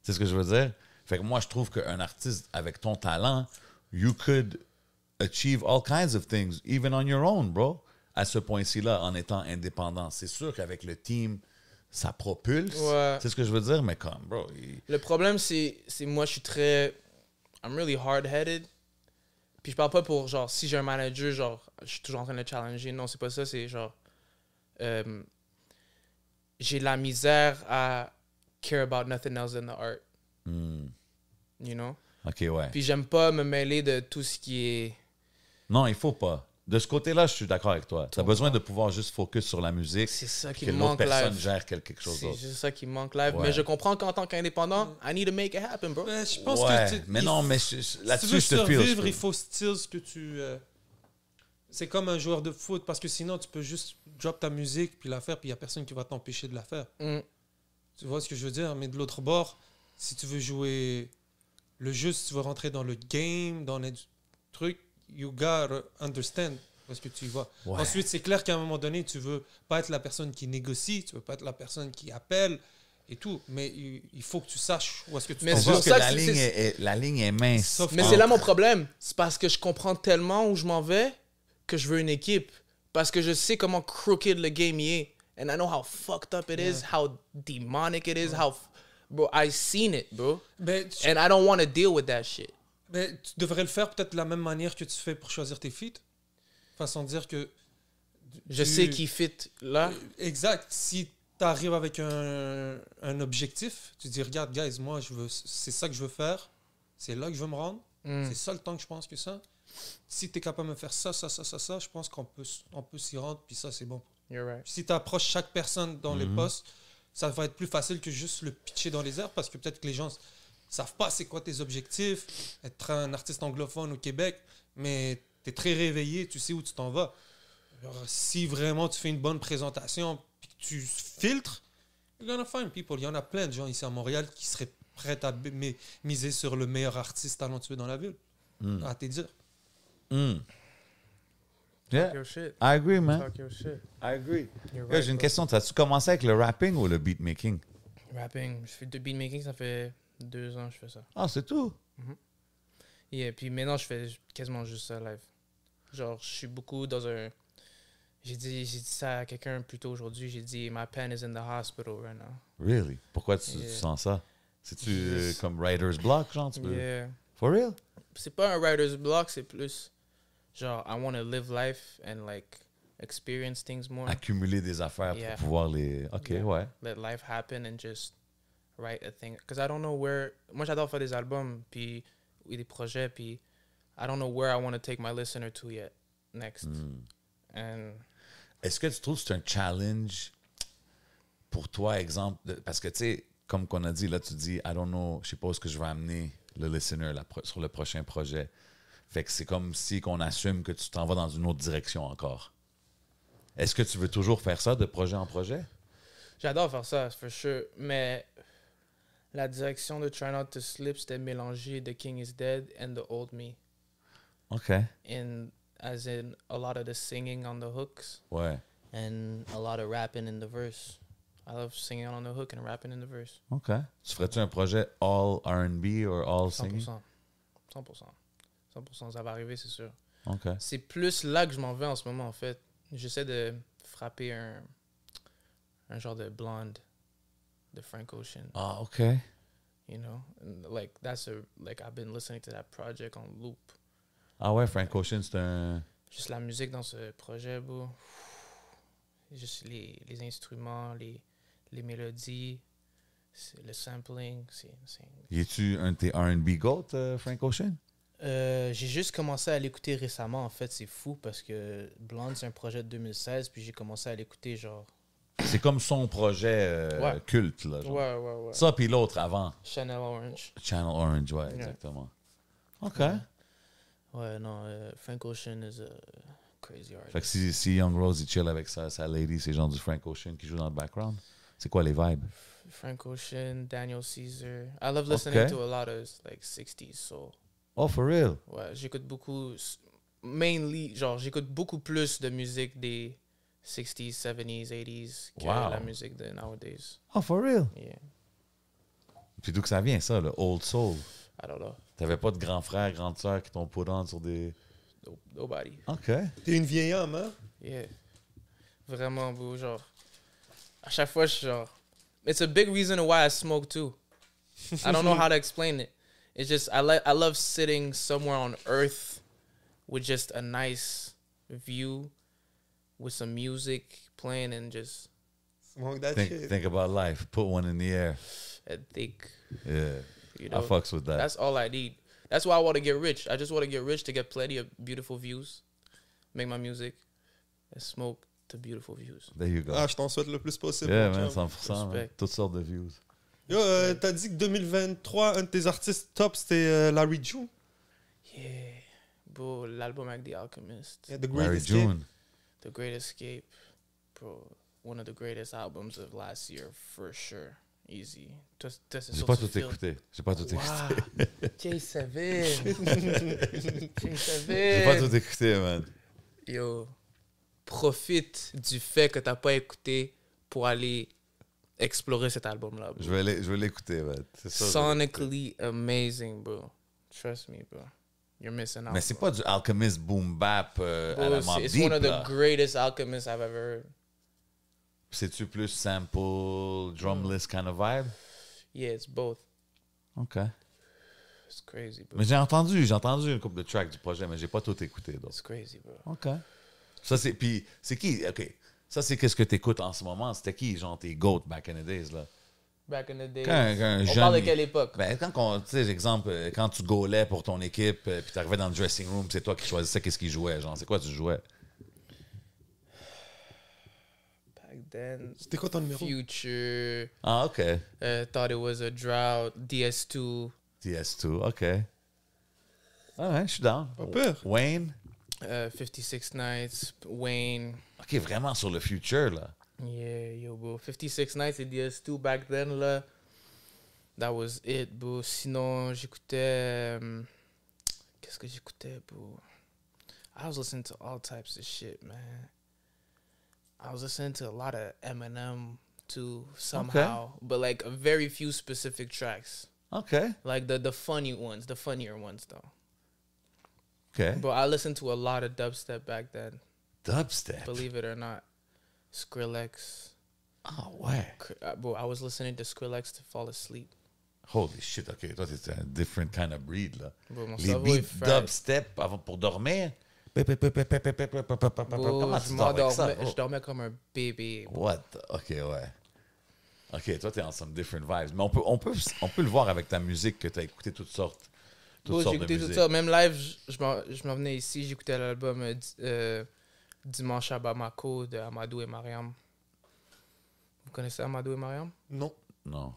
C'est ce que je veux dire. Fait que moi je trouve qu'un artiste avec ton talent, you could achieve all kinds of things even on your own, bro. À ce point-ci là, en étant indépendant, c'est sûr qu'avec le team, ça propulse.
Ouais.
C'est ce que je veux dire, mais comme bro. il-
Le problème, c'est c'est moi, je suis très. I'm really hard-headed. Puis je parle pas pour genre, si j'ai un manager, genre, je suis toujours en train de le challenger. Non, c'est pas ça, c'est genre. euh, j'ai de la misère à care about nothing else than the art.
Hmm.
You know?
Ok, ouais.
Puis j'aime pas me mêler de tout ce qui est.
Non, il faut pas. De ce côté-là, je suis d'accord avec toi. Tu as besoin de pouvoir juste focus sur la musique.
C'est ça qui
que
me
l'autre
manque
personne
live.
gère quelque, quelque chose
C'est
d'autre.
juste ça qui me manque live.
Ouais.
Mais je comprends qu'en tant qu'indépendant, I need to make it happen, bro.
Ouais, je pense
ouais,
que tu-
mais
il
non,
faut-
mais je- je-
si tu veux
là-dessus, je te file.
survivre, il faut style ce que tu. euh, c'est comme un joueur de foot parce que sinon tu peux juste drop ta musique puis la faire puis il y a personne qui va t'empêcher de la faire.
Mm.
Tu vois ce que je veux dire Mais de l'autre bord, si tu veux jouer le jeu, si tu veux rentrer dans le game, dans les trucs, you gotta understand où est-ce que tu y vas.
Ouais.
Ensuite, c'est clair qu'à un moment donné, tu veux pas être la personne qui négocie, tu veux pas être la personne qui appelle et tout, mais il il faut que tu saches où est-ce que tu
Mais
t'en
C'est
c'est
vas.
sûr
pour
que
ça
la
que c'est-
ligne est, est- la ligne est mince.
Sauf
Mais
Ah.
c'est là mon problème. C'est parce que je comprends tellement où je m'en vais que je veux une équipe. Parce que je sais comment crooked le game y est. And I know how fucked up it is, how demonic it is, how... f- Bro, I seen it, bro.
Mais tu-
And I don't want to deal with that shit.
Mais tu devrais le faire peut-être de la même manière que tu fais pour choisir tes feats. Façon de dire que.
Je
tu-
sais qui fit là.
Euh, Exact. Si tu arrives avec un, un objectif, tu dis regarde, guys, moi, je veux, c'est ça que je veux faire. C'est là que je veux me rendre.
Mm.
C'est ça le temps que je pense que ça. Si tu es capable de me faire ça, ça, ça, ça, ça, je pense qu'on peut, s- on peut s'y rendre. Puis ça, c'est bon.
You're right.
Si tu approches chaque personne dans les postes, ça va être plus facile que juste le pitcher dans les airs parce que peut-être que les gens s- savent pas c'est quoi tes objectifs, être un artiste anglophone au Québec, mais tu es très réveillé, tu sais où tu t'en vas. Alors, si vraiment tu fais une bonne présentation puis que tu filtres, you're gonna find people. Il y en a plein de gens ici à Montréal qui seraient prêts à b- mi- miser sur le meilleur artiste talentueux dans la ville. Ah, À te dire.
Hmm. Yeah,
Your shit.
I agree, man.
Talk your shit.
I agree.
You're
J'ai une question. As-tu commencé avec le rapping ou le beatmaking?
Rapping. Je fais du beatmaking, ça fait deux ans que je fais ça.
Ah, c'est tout.
Et puis maintenant, je fais quasiment juste ça live. Genre, je suis beaucoup dans un. J'ai dit, j'ai dit ça à quelqu'un plus tôt aujourd'hui. J'ai dit, My pen is in the hospital right now.
Really? Pourquoi tu, tu
Yeah.
sens ça? C'est-tu euh,
Yes.
comme writer's block, genre? tu peux-
Yeah.
For real?
C'est pas un writer's block, c'est plus genre, I want to live life and like experience things more.
Accumuler des affaires
Yeah.
pour pouvoir les... OK,
Yeah.
ouais.
Let life happen and just write a thing. Because I don't know where. Moi, j'adore faire des albums, puis ou des projets, puis I don't know where I want to take my listener to yet. Next. And
Est-ce que tu trouves que c'est un challenge pour toi, exemple, de- parce que tu sais, comme qu'on a dit, là, tu dis, I don't know, je sais pas où ce que je vais amener le listener la pro- sur le prochain projet. Fait que c'est comme si qu'on assume que tu t'en vas dans une autre direction encore. Est-ce que tu veux toujours faire ça de projet en projet?
J'adore faire ça, for sure. Mais La direction de Try Not to Slip, c'était mélangé The King is Dead and The Old Me.
OK.
In, as in a lot of the singing on the hooks
Ouais.
and a lot of rapping in the verse. I love singing on the hook and rapping in the verse.
OK. Tu ferais-tu un projet all R&B or all singing?
100%. 100%. 100%, ça va arriver, c'est sûr.
OK.
C'est plus là que je m'en vais en ce moment, en fait. J'essaie de frapper un, un genre de blonde de Frank Ocean,
Ah, OK.
you know? And, like, that's a... Like, I've been listening to that project on loop.
Ah ouais, Frank Ocean, c'est un...
Juste la musique dans ce projet, bro. Juste les, les instruments, les, les mélodies, c'est- le sampling, c'est... c'est-
Y es-tu un de tes R&B goat, euh, Frank Ocean?
Euh, j'ai juste commencé à l'écouter récemment, en fait, c'est fou, parce que Blonde, c'est un projet de 2016, puis j'ai commencé à l'écouter, genre...
C'est comme son projet euh,
Ouais.
culte, là. genre.
Ouais, ouais, ouais.
Ça, puis l'autre avant.
Chanel Orange.
Channel Orange, ouais, exactement. OK.
Ouais, non, euh, Frank Ocean is a crazy
Fait
artist.
que si, si Young Rose, il chill avec sa, sa lady, c'est genre du Frank Ocean qui joue dans le background. C'est quoi les vibes?
Frank Ocean, Daniel Caesar. I love listening
Okay.
to a lot of like 60s soul.
Oh, for real?
Ouais, j'écoute beaucoup, s- mainly, genre, j'écoute beaucoup plus de musique des 60s, 70s, 80s que
Wow.
la musique de nowadays.
Oh, for real?
Yeah,
Puis d'où que ça vient, ça, le old soul?
I don't know.
T'avais pas de grands frères, grandes sœurs qui t'ont put on sur des...
No- Nobody.
OK.
T'es une vieille âme, hein?
Yeah. Vraiment beau, genre. À chaque fois, je suis genre. It's a big reason why I smoke too. I don't know how to explain it. It's just I like I love sitting somewhere on earth with just a nice view with some music playing and just
Smoke that
Think,
shit.
think about life. Put one in the air.
I think
Yeah.
you
I
know
fucks with that.
that's all I need. That's why I want to get rich. I just want to get rich to get plenty of beautiful views, make my music, and smoke to beautiful views.
There you go.
Ah, je t'en souhaite le plus possible.
yeah,
mon
man,
chum.
100%. man.
Respect.
Toutes sortes de views.
Yo, euh, t'as dit que 2023, un de tes artistes top, c'était euh, Larry June.
Yeah, bro, l'album avec The Alchemist,
Yeah, the
Larry
Greatest Kid.
June.
The Great Escape, bro, one of the greatest albums of last year for sure. Easy. Toi, toi, c'est
J'ai
sûr
pas
que tu
tout
feel-
écouté. J'ai pas tout écouté.
Wow. Jay Savage. Jay
J'ai pas
Savage.
tout écouté, man.
Yo, profite du fait que t'as pas écouté pour aller explorer cet album-là. bro.
Je vais l'é- je vais l'écouter, man. C'est ça, je vais l'écouter.
Sonically amazing, bro. Trust me, bro. You're missing out.
Mais c'est pas
bro.
du Alchemist boom bap euh, à la
Bro,
Mobb
It's
Deep,
one of the
là.
greatest alchemists I've ever heard.
C'est-tu plus sample, drumless kind of vibe?
Yeah, it's both.
OK.
It's crazy, bro.
Mais j'ai entendu, j'ai entendu une couple de tracks du projet, mais j'ai pas tout écouté, donc.
It's crazy, bro.
OK. Ça, c'est. Puis, c'est qui? OK. Ça, c'est qu'est-ce que tu écoutes en ce moment. C'était qui, genre, tes goats back in the days, là?
Back in the day.
Quand un, quand un
on
jeune.
parle de quelle époque?
Ben, quand, qu'on- tu sais, exemple, euh, quand tu gaulais pour ton équipe, euh, puis t'arrivais dans le dressing room, c'est toi qui choisissais qu'est-ce qu'ils jouaient, genre, c'est quoi tu jouais?
Back then.
C'était quoi ton numéro?
Future.
Ah, OK.
Uh, thought it was a drought. DS2.
TS2, OK. Ah ouais, je suis down.
Pas peur.
Wayne.
Uh, 56 Nights. Wayne.
OK, vraiment sur le future, là.
Yeah, yo, bro. 56 Nights et DS2 back then, là. That was it, bro. Sinon, j'écoutais. euh, Qu'est-ce que j'écoutais, bro? I was listening to all types of shit, man. I was listening to a lot of Eminem, too, somehow. But, like, very few specific tracks.
OK.
Like, the, the funny ones, the funnier ones, though.
OK.
But I listened to a lot of dubstep back then,
Dubstep.
believe it or not. Skrillex.
Ah ouais.
Cr- uh, bro, I was listening to Skrillex to fall asleep.
Holy shit, OK. Toi, t'es un different kind of breed, là.
Bro, mon
Les
cerveau est
beats
fried.
dubstep avant pour dormir. Pe- pe- pe- pe- pe- pe- pe- pe- pe- pe- pe- pe-
Bro,
Bah, Comment
je
tu dors avec ça?
m'endormais-
bro?
je dormais comme un bébé.
What? the- OK, ouais. OK, toi, t'es en some different vibes. Mais on peut, on peut, on peut le voir avec ta musique que t'as écouté toutes sortes. Toutes
Bro,
sortes de
j'écoutais tout
musiques.
ça. Même live, je- je m'en- je m'en venais ici, j'écoutais l'album euh, Di- euh, Dimanche à Bamako de Amadou et Mariam. Vous connaissez Amadou et Mariam?
Non.
Hein?
Non.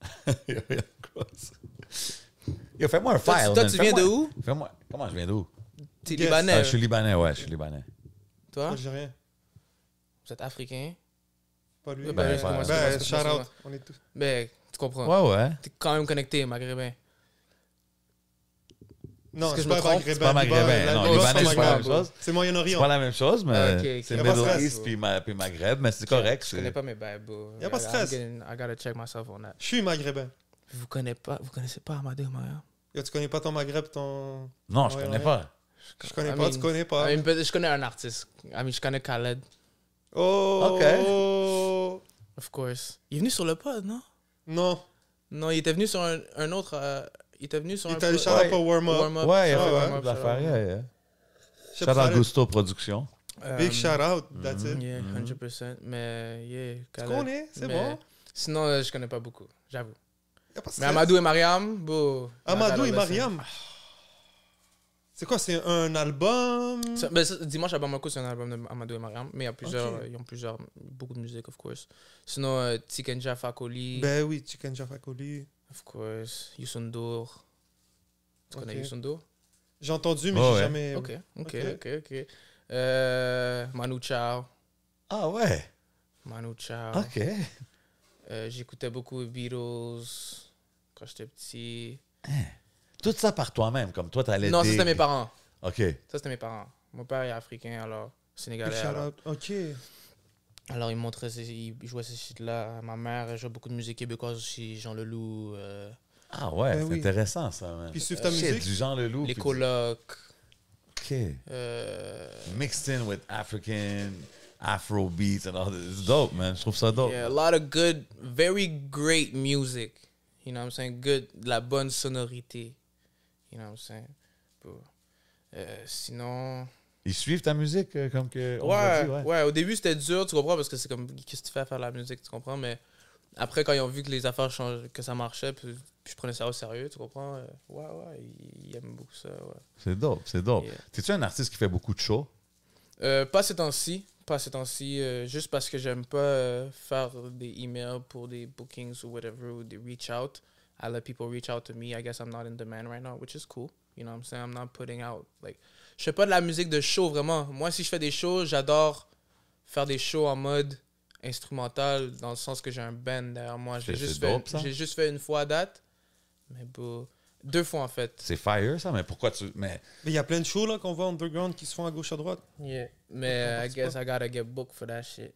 Y'a rien de quoi, ça. Yo, fais-moi un
Toi, tu-
file.
toi,
man.
tu viens de
Fais-moi-
où?
Fais-moi. Comment je viens d'où?
T'es
Yes.
libanais.
Ah, je suis libanais, ouais, je suis libanais.
Toi,
Algérien.
vous êtes africain.
Pas lui.
Ben,
Ben,
c'est moi, c'est moi,
Ben,
c'est moi,
shout
c'est
out.
moi.
On est tous.
Ben, tu comprends.
Ouais, ouais.
T'es quand même connecté, ben. maghrébin.
Non,
Est-ce
c'est
que je
pas
me trompe?
maghrébin.
C'est pas maghrébin,
Liban, Liban,
non, Libanais,
c'est
c'est pas la même chose.
C'est
C'est
Moyen-Orient.
pas la même chose, mais
Ah, ok, ok.
c'est
Y
pas
a
de
Middle
stress,
East
ouais.
puis, ma- puis Maghreb, mais c'est correct.
Je
c'est-
connais pas mes bails, bro.
Y a pas de
I'm
stress.
getting- I gotta check myself on that.
Je suis maghrébin.
Vous connaissez pas, vous connaissez pas Amadou Maya?
Yo, tu connais pas ton Maghreb, ton.
Non, je
Ouais,
connais
ouais.
pas.
Je connais
I
pas,
mean-
tu connais pas.
I mean, but je connais un artiste. I mean, je connais Khaled,
Oh.
of course. Il est venu sur le pod, non?
Non.
Non, il était venu sur un, un autre. euh, il était venu sur
Il
un
t'a
pod-
shout out
Ouais.
au warm-up.
Warm-up,
Ouais, il a fait
shout-out,
ouais.
beaucoup
warm-up,
d'affaires.
shout-out.
yeah, yeah.
Je sais
Shout
pas,
out Mm-hmm. Gusto Productions.
Big
Um,
shout out, that's it.
Yeah, 100%. Mais, yeah,
Tu
Khaled.
connais, c'est
Mais
bon.
Sinon, euh, je connais pas beaucoup, j'avoue.
Y a pas de
Mais
stress.
Amadou et Mariam, bon.
Amadou et Mariam. C'est quoi, c'est un album
Ça- ben, ça, Dimanche à Bamako, c'est un album d'Amadou et Mariam, mais il y a plusieurs,
Ok.
euh, ils ont plusieurs, beaucoup de musique, of course. Sinon, euh, Tikenja Fakoli,
Ben oui, Chicken Jaffa Coli.
of course, Yusundour. Tu connais
Ok.
Yusundour?
J'ai entendu, mais
Oh,
j'ai
ouais.
jamais.
Ok, ok,
Eh Ok.
ok, ok. Euh, Manu Chao,
Ah ouais,
Manu Chao.
Ah.
ok.
Euh, J'écoutais beaucoup les Beatles quand j'étais petit.
Tout ça par toi-même, comme toi, t'allais
Non, ça
dig.
c'était mes parents.
OK.
Ça c'était mes parents. Mon père est africain, alors
Big
sénégalais.
shout
alors-
out. Ok.
Alors, il montrait, ces- il jouait ces shit-là. Ma mère elle jouait beaucoup de musique québécoise aussi, Jean Leloup, euh,
Ah ouais,
Ben
c'est
oui.
intéressant, ça. man.
Puis suivre ta
Shit,
musique.
du Jean Leloup.
les
puis-
colocs.
OK.
euh,
Mixed in with African, Afro beats and all this. It's dope, man. Je trouve ça dope.
yeah, a lot of good, very great music. You know what I'm saying? Good, de la bonne sonorité. You know what I'm saying? Pour- euh, sinon.
Ils suivent ta musique euh, comme que... on l'a
Ouais,
dit,
ouais. au début c'était dur, tu comprends, parce que c'est comme qu'est-ce que tu fais à faire de la musique, tu comprends, mais après quand ils ont vu que les affaires changent, que ça marchait, puis, puis je prenais ça au sérieux, tu comprends, euh, ouais, ouais, ils, ils aiment beaucoup ça, ouais.
C'est dope, c'est dope.
Yeah.
T'es-tu un artiste qui fait beaucoup de shows?
Euh, pas ces temps-ci, pas ces temps-ci, euh, juste parce que j'aime pas euh, faire des emails pour des bookings ou whatever, ou des reach out. I let people reach out to me. I guess I'm not in demand right now, which is cool. You know what I'm saying? I'm not putting out. Like, je fais pas de la musique de show vraiment. Moi, si je fais des shows, j'adore faire des shows en mode instrumental, dans le sens que j'ai un band derrière moi. J'ai
C'est- c'est
juste, fait-
dope, ça.
j'ai juste fait une fois à date, mais bon, deux fois en fait.
C'est fire, ça, mais pourquoi tu... Mais
Mais il y a plein de shows là qu'on voit underground qui se font à gauche à droite.
Yeah. Mais euh, I guess I gotta get booked for that shit.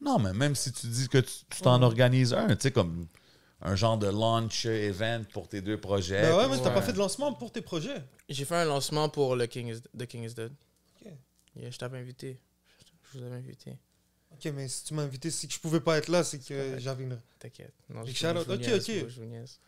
Non, mais même si tu dis que tu tu
Mm.
t'en organises un, tu sais, comme un genre de launch event pour tes deux projets.
Ben ouais,
puis-
mais t'as pas
ouais.
fait de lancement pour tes projets.
J'ai fait un lancement pour le King is, The King is Dead.
Ok.
Yeah, je t'avais invité. Je vous avais invité.
Ok, mais si tu m'as invité, c'est que je pouvais pas être là, c'est que j'avais une.
T'inquiète. Non,
Big
je,
shout-out.
je vous
Ok,
niaise,
ok.
bro, je vous niaise.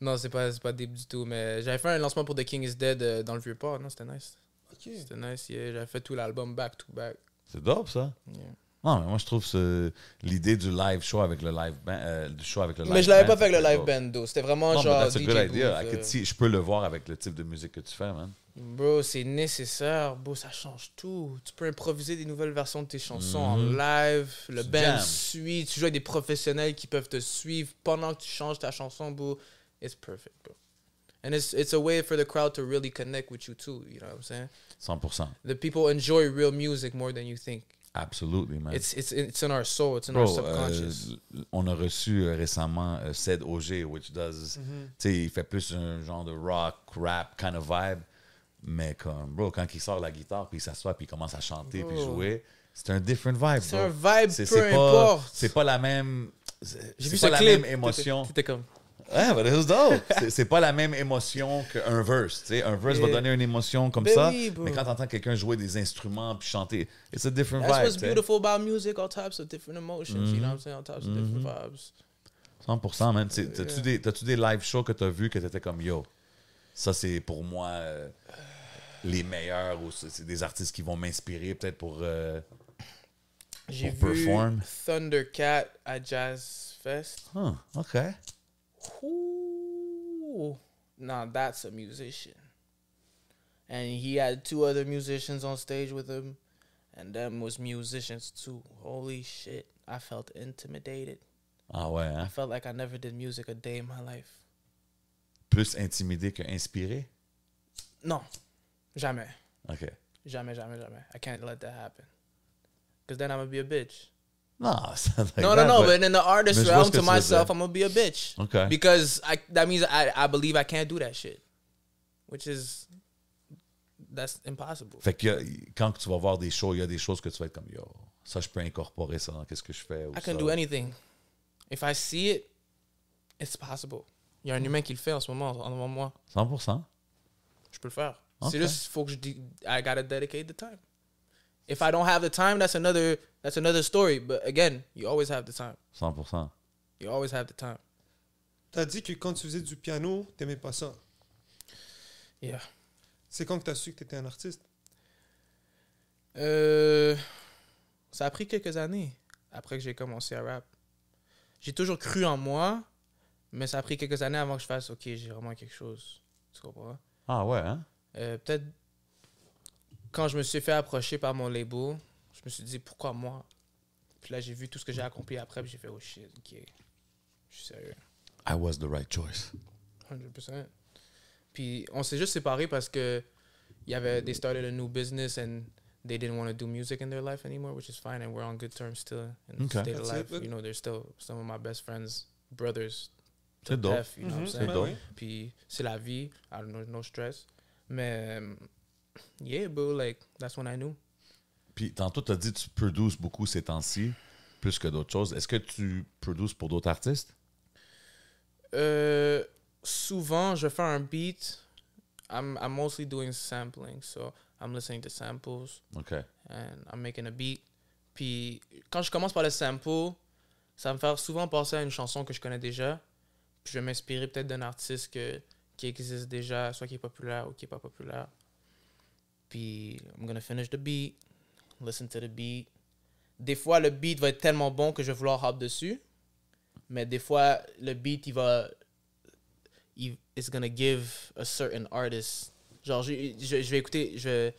Non, c'est pas, c'est pas deep du tout, mais j'avais fait un lancement pour The King is Dead euh, dans le vieux port. Non, c'était nice.
Ok.
C'était nice. yeah. J'avais fait tout l'album back to back.
C'est dope, ça.
Yeah.
Non, mais moi, je trouve ce- l'idée du live show avec le live band... euh, du show avec le live
Mais je l'avais
band,
pas fait avec
c'est
le live
dope.
band, though. C'était vraiment
Non, mais
genre.
that's a
DJ
good idea.
booth,
I could
euh,
see- je peux le voir avec le type de musique que tu fais, man.
Bro, c'est nécessaire. Bro, ça change tout. Tu peux improviser des nouvelles versions de tes chansons en live. Le
Tu
band
Mhm. jam.
suit. Tu joues avec des professionnels qui peuvent te suivre pendant que tu changes ta chanson, bro. It's perfect, bro. And it's, it's a way for the crowd to really connect with you, too. You know what I'm saying?
100%.
The people enjoy real music more than you think.
Absolutely, man.
It's, it's, it's in our soul. It's in our
Bro,
subconscious.
euh, on a reçu euh, récemment euh, Ced OG, which does. Tu
Mm-hmm.
sais, il fait plus un genre de rock, rap kind of vibe. Mais comme, bro, quand il sort la guitare, puis il s'assoit, puis il commence à chanter, puis
Bro.
jouer, c'est un different vibe.
c'est
bro.
un vibe,
C'est-
peu
c'est pas,
importe.
c'est pas la même. c'est-
J'ai
c'est
vu
pas
ce
la
clip.
même émotion.
T'étais- T'étais comme.
Ouais, but it was dope. C'est- C'est pas la même émotion qu'un verse. tu sais. Un verse va
Yeah.
donner une émotion comme
Ben
ça.
oui, bro.
mais quand t'entends quelqu'un jouer des instruments puis chanter, it's a different
That's what's
vibe. tu sais.
beautiful about music, all types of different emotions.
Mhm.
You know what I'm saying? All types of different vibes.
100%, man. C'est- T'as-tu des, t'as-tu des live shows que t'as vu que t'étais comme yo? Ça, c'est pour moi euh, les meilleurs ou c'est c'est des artistes qui vont m'inspirer peut-être pour. euh,
J'ai
pour
vu
perform.
Thundercat à Jazz Fest.
Huh, OK.
Ooh. Now that's a musician. And he had two other musicians on stage with him. And them was musicians too. Holy shit. I felt intimidated.
Ah ouais,
I
hein?
felt like I never did music a day in my life.
Plus intimidé que inspiré?
Non. Jamais.
OK.
Jamais, jamais, jamais. I can't let that happen. Because then I'm going to be a bitch.
No, it's not like
no,
that,
no, no.
but-
But in the artist
Miss
realm,
Westcott says
to myself,
that.
I'm gonna be a bitch.
Okay.
Because I that means I, I believe I can't do that shit, which is that's impossible.
Fait que y- quand tu vas voir des shows, il y a des choses que tu vas être comme yo, ça je peux incorporer ça dans qu'est-ce que je fais. ou
I can
ça.
do anything. If I see it, it's possible. Il y a un humain qui le fait en ce moment, en devant moi.
100%.
Je peux le faire.
Okay.
C'est juste faut que je di- I gotta dedicate the time. If I don't have the time, that's another that's another story. But again, you always have the time.
100%.
You always have the time.
T'as dit que quand tu faisais du piano, t'aimais pas ça.
Yeah.
C'est quand que t'as su que t'étais un artiste
Euh, ça a pris quelques années après que j'ai commencé à rap. J'ai toujours cru en moi, mais ça a pris quelques années avant que je fasse OK, j'ai vraiment quelque chose. Tu comprends?
Ah ouais, hein?
Euh, Peut-être quand je me suis fait approcher par mon label, je me suis dit pourquoi moi? Puis là, j'ai vu tout ce que j'ai accompli après, puis j'ai fait oh shit, OK, je suis sérieux.
I was the right choice.
100%. Puis on s'est juste séparés parce que il y avait they started a new business and they didn't want to do music in their life anymore, which is fine and we're on good terms still in
Okay.
the state of
That's
life.
it.
You know, they're still some of my best friends, brothers. to
C'est dope.
death, you know what I'm
Mhm,
saying?
ben
dope.
oui.
Puis c'est la vie, I don't know, no stress. Mais um, yeah, bro, like that's when I knew.
Puis tantôt, tu as dit que tu produces beaucoup ces temps-ci, plus que d'autres choses. Est-ce que tu produces pour d'autres artistes?
Euh, souvent, je fais un beat. I'm, I'm mostly doing sampling, so I'm listening to samples.
OK.
and I'm making a beat. Puis quand je commence par le sample, ça va me faire souvent penser à une chanson que je connais déjà. Puis je vais m'inspirer peut-être d'un artiste que, qui existe déjà, soit qui est populaire ou qui est pas populaire. Puis I'm gonna finish the beat, listen to the beat. Des fois, le beat va être tellement bon que je vais vouloir hop dessus. Mais des fois, le beat, il va. Il, it's gonna give a certain artist. Genre, je, je, je vais écouter. Je,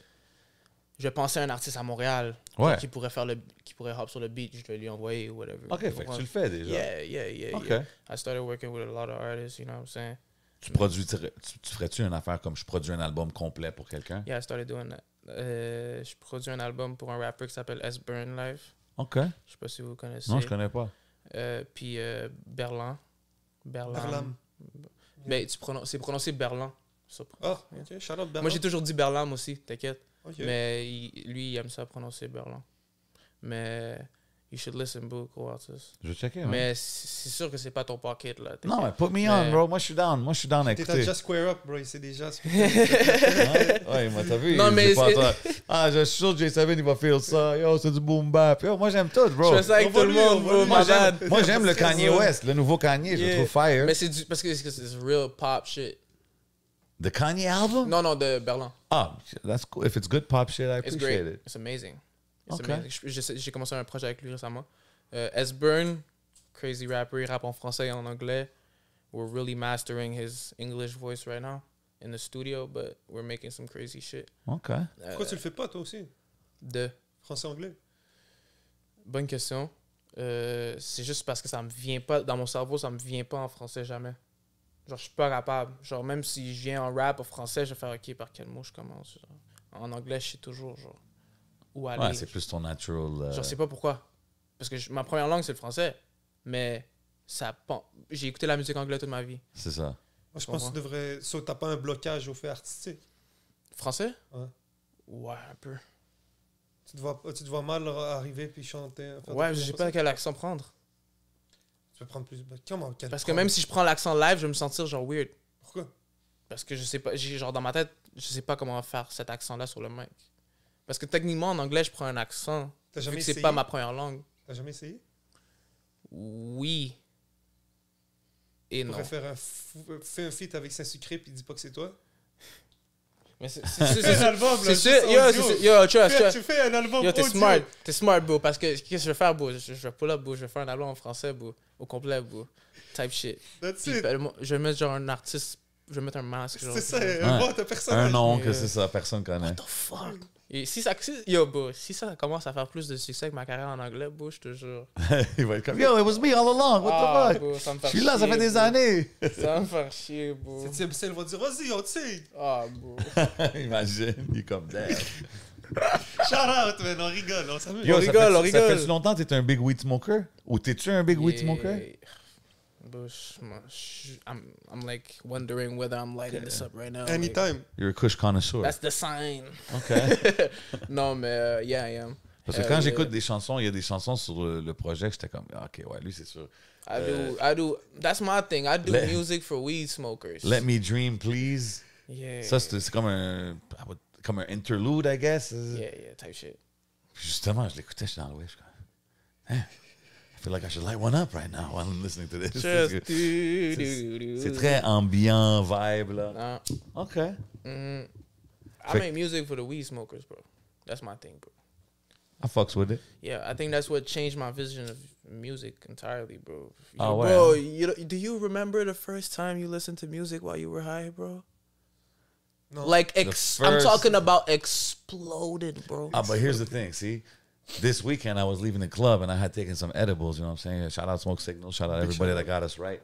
je vais penser à un artiste à Montréal
Ouais.
qui pourrait faire le qui pourrait hop sur le beat, je vais lui envoyer ou whatever.
OK,
Tu
fait que
comprends?
tu le fais déjà.
Yeah, yeah, yeah,
OK.
yeah. I started working with a lot of artists, you know what I'm saying?
Tu, produis, tu, tu ferais-tu une affaire comme je produis un album complet pour quelqu'un?
Yeah, I started doing that. Euh, je produis un album pour un rapper qui s'appelle S Burn Life.
OK.
Je sais pas si vous connaissez.
Non, je connais pas.
Euh, puis euh, Berlin. Berlin.
Berlam.
Mais tu prononces- c'est prononcé Berlin. Ça-
Ah, ok. Shout out Berlin.
Moi j'ai toujours dit Berlin aussi, t'inquiète.
Ok.
Mais il- lui il aime ça prononcer Berlin. Mais you should listen beaucoup artists.
Je vais checker. man.
Mais c- c'est sûr que c'est pas ton pocket là.
Non, mais
t'inquiète.
put me on,
Mais-
bro. Moi, je suis down. Moi, je suis down à
T'es
écouter.
déjà square up, bro. C'est déjà.
Ouais, ouais, moi, t'as vu?
Non,
j'ai
mais
pas
c'est-
entendu. Ah, je suis sûr que J7, il va faire ça. Yo, c'est du boom bap. Yo, moi, j'aime tout, bro.
Je fais ça avec
On va
tout le
lui, on
monde,
va
bro,
lui.
Moi,
my
j'aime-
bad.
moi, j'aime le Kanye
ça.
West, le nouveau Kanye. Je le
Yeah.
trouve fire.
Mais c'est du parce que c'est c'est real pop shit.
The Kanye album?
Non, non, de Berlin.
Ah, that's cool. If it's good pop shit, I
It's
appreciate
great.
it.
It's amazing. It's
Okay.
amazing. Je- je sais- J'ai commencé un projet avec lui récemment. Euh, S. Burn, crazy rapper, il rappe en français et en anglais. We're really mastering his English voice right now in the studio, but we're making some crazy shit.
OK.
Euh,
Pourquoi tu le fais pas, toi aussi
de
Français-anglais
bonne question. Euh, c'est juste parce que ça me vient pas dans mon cerveau, ça me vient pas en français jamais. Genre je suis pas capable. Genre même si je viens en rap en français, je vais faire ok par quel mot je commence. genre. En anglais, je sais toujours genre où aller.
Ouais, c'est plus ton natural. euh,
Genre, je sais pas pourquoi. Parce que je- ma première langue, c'est le français. Mais ça pen- J'ai écouté la musique anglaise toute ma vie.
c'est ça.
Moi, je pense que tu devrais. So, t'as pas un blocage au fait artistique.
Français?
Ouais.
Ouais, un peu.
Tu te vois, tu te vois mal arriver puis chanter. faire
Ouais,
des
je sais
choses comme
pas quel accent prendre.
ça. Tu peux prendre plus. Comment quel
Parce que
prendre?
même si je prends l'accent live, je vais me sentir genre weird.
Pourquoi
Parce que je sais pas, j'ai- genre dans ma tête, je sais pas comment faire cet accent-là sur le mic. Parce que techniquement, en anglais, je prends un accent.
T'as
Vu
jamais
que c'est
essayé
pas ma première langue.
T'as jamais essayé
Oui. Et
Tu
non.
pourrais faire un. fou- euh, Fais un feat avec Saint-Sucré puis dis pas que c'est toi.
Mais c'est c'est- c'est-
Fais un
c'est-
album, là.
c'est
juste
sûr. Yo,
audio.
c'est sûr. Yo, trust,
Fais-
trust.
Tu fais un album.
Yo, t'es
audio.
smart, t'es smart, bro. Parce que qu'est-ce que je vais faire, bro? Je, je vais pull up, bro. Je vais faire un album en français, bro. Au complet, bro. Type shit.
That's
Puis,
it.
ben, moi, je vais mettre genre un artiste, je vais mettre un masque. Genre,
C'est ça,
Ouais.
un bon, t'as personne.
Un nom
mais,
que
euh,
c'est ça, personne connaît.
The fuck? Et si ça, si- yo, bro, si ça commence à faire plus de succès que ma carrière en anglais, bro, je te jure.
Il va être comme Yo, it was me all along. What
Ah,
the fuck?
bro, ça me
Je
fait
suis là, ça
chier,
fait des
bro.
années.
Ça va me faire chier, bro.
C'est Tim Sale va dire, vas-y, on te sait.
Ah, bro.
Imagine, il est comme Damn.
Shout out, man, on rigole, on s'amuse.
Yo,
On
ça
rigole,
fait-
on
Ça
rigole.
fait longtemps que t'es un big weed smoker? Ou t'es-tu un big weed smoker?
Yeah. Bro, sh- ma- sh- I'm, I'm like wondering whether I'm lighting this up right now. Like,
Anytime.
You're a kush connoisseur.
that's the sign.
OK.
non, mais euh, yeah, I am.
Parce que
Hell
quand
yeah.
j'écoute des chansons, il y a des chansons sur le, le projet, j'étais comme, Ah, OK, ouais, lui, c'est sûr.
I do, I do. That's my thing. I do
Let-
music for weed smokers.
Let me dream, please.
yeah,
Ça, c'est c'est comme un, comme un interlude, I guess.
yeah, yeah, type shit.
Puis justement, je l'écoutais, j'étais dans le wave, je suis comme, Hein? I feel like I should light one up right now while I'm listening to this. Parce que
Just do, do, do.
C'est très ambiant, vibe, là.
Nah,
OK.
mm, I
Fait-
make music for the weed smokers, bro. That's my thing, bro.
I fucks with it.
Yeah, I think that's what changed my vision of music entirely, bro. You-
Oh, wow.
bro, you, do you remember the first time you listened to music while you were high, bro?
No.
Like, ex- i I'm
first-
talking about exploded, bro.
Ah, but here's the thing. See, this weekend I was leaving the club and I had taken some edibles. You know what I'm saying? Shout out Smoke Signal. Shout out everybody that got us right.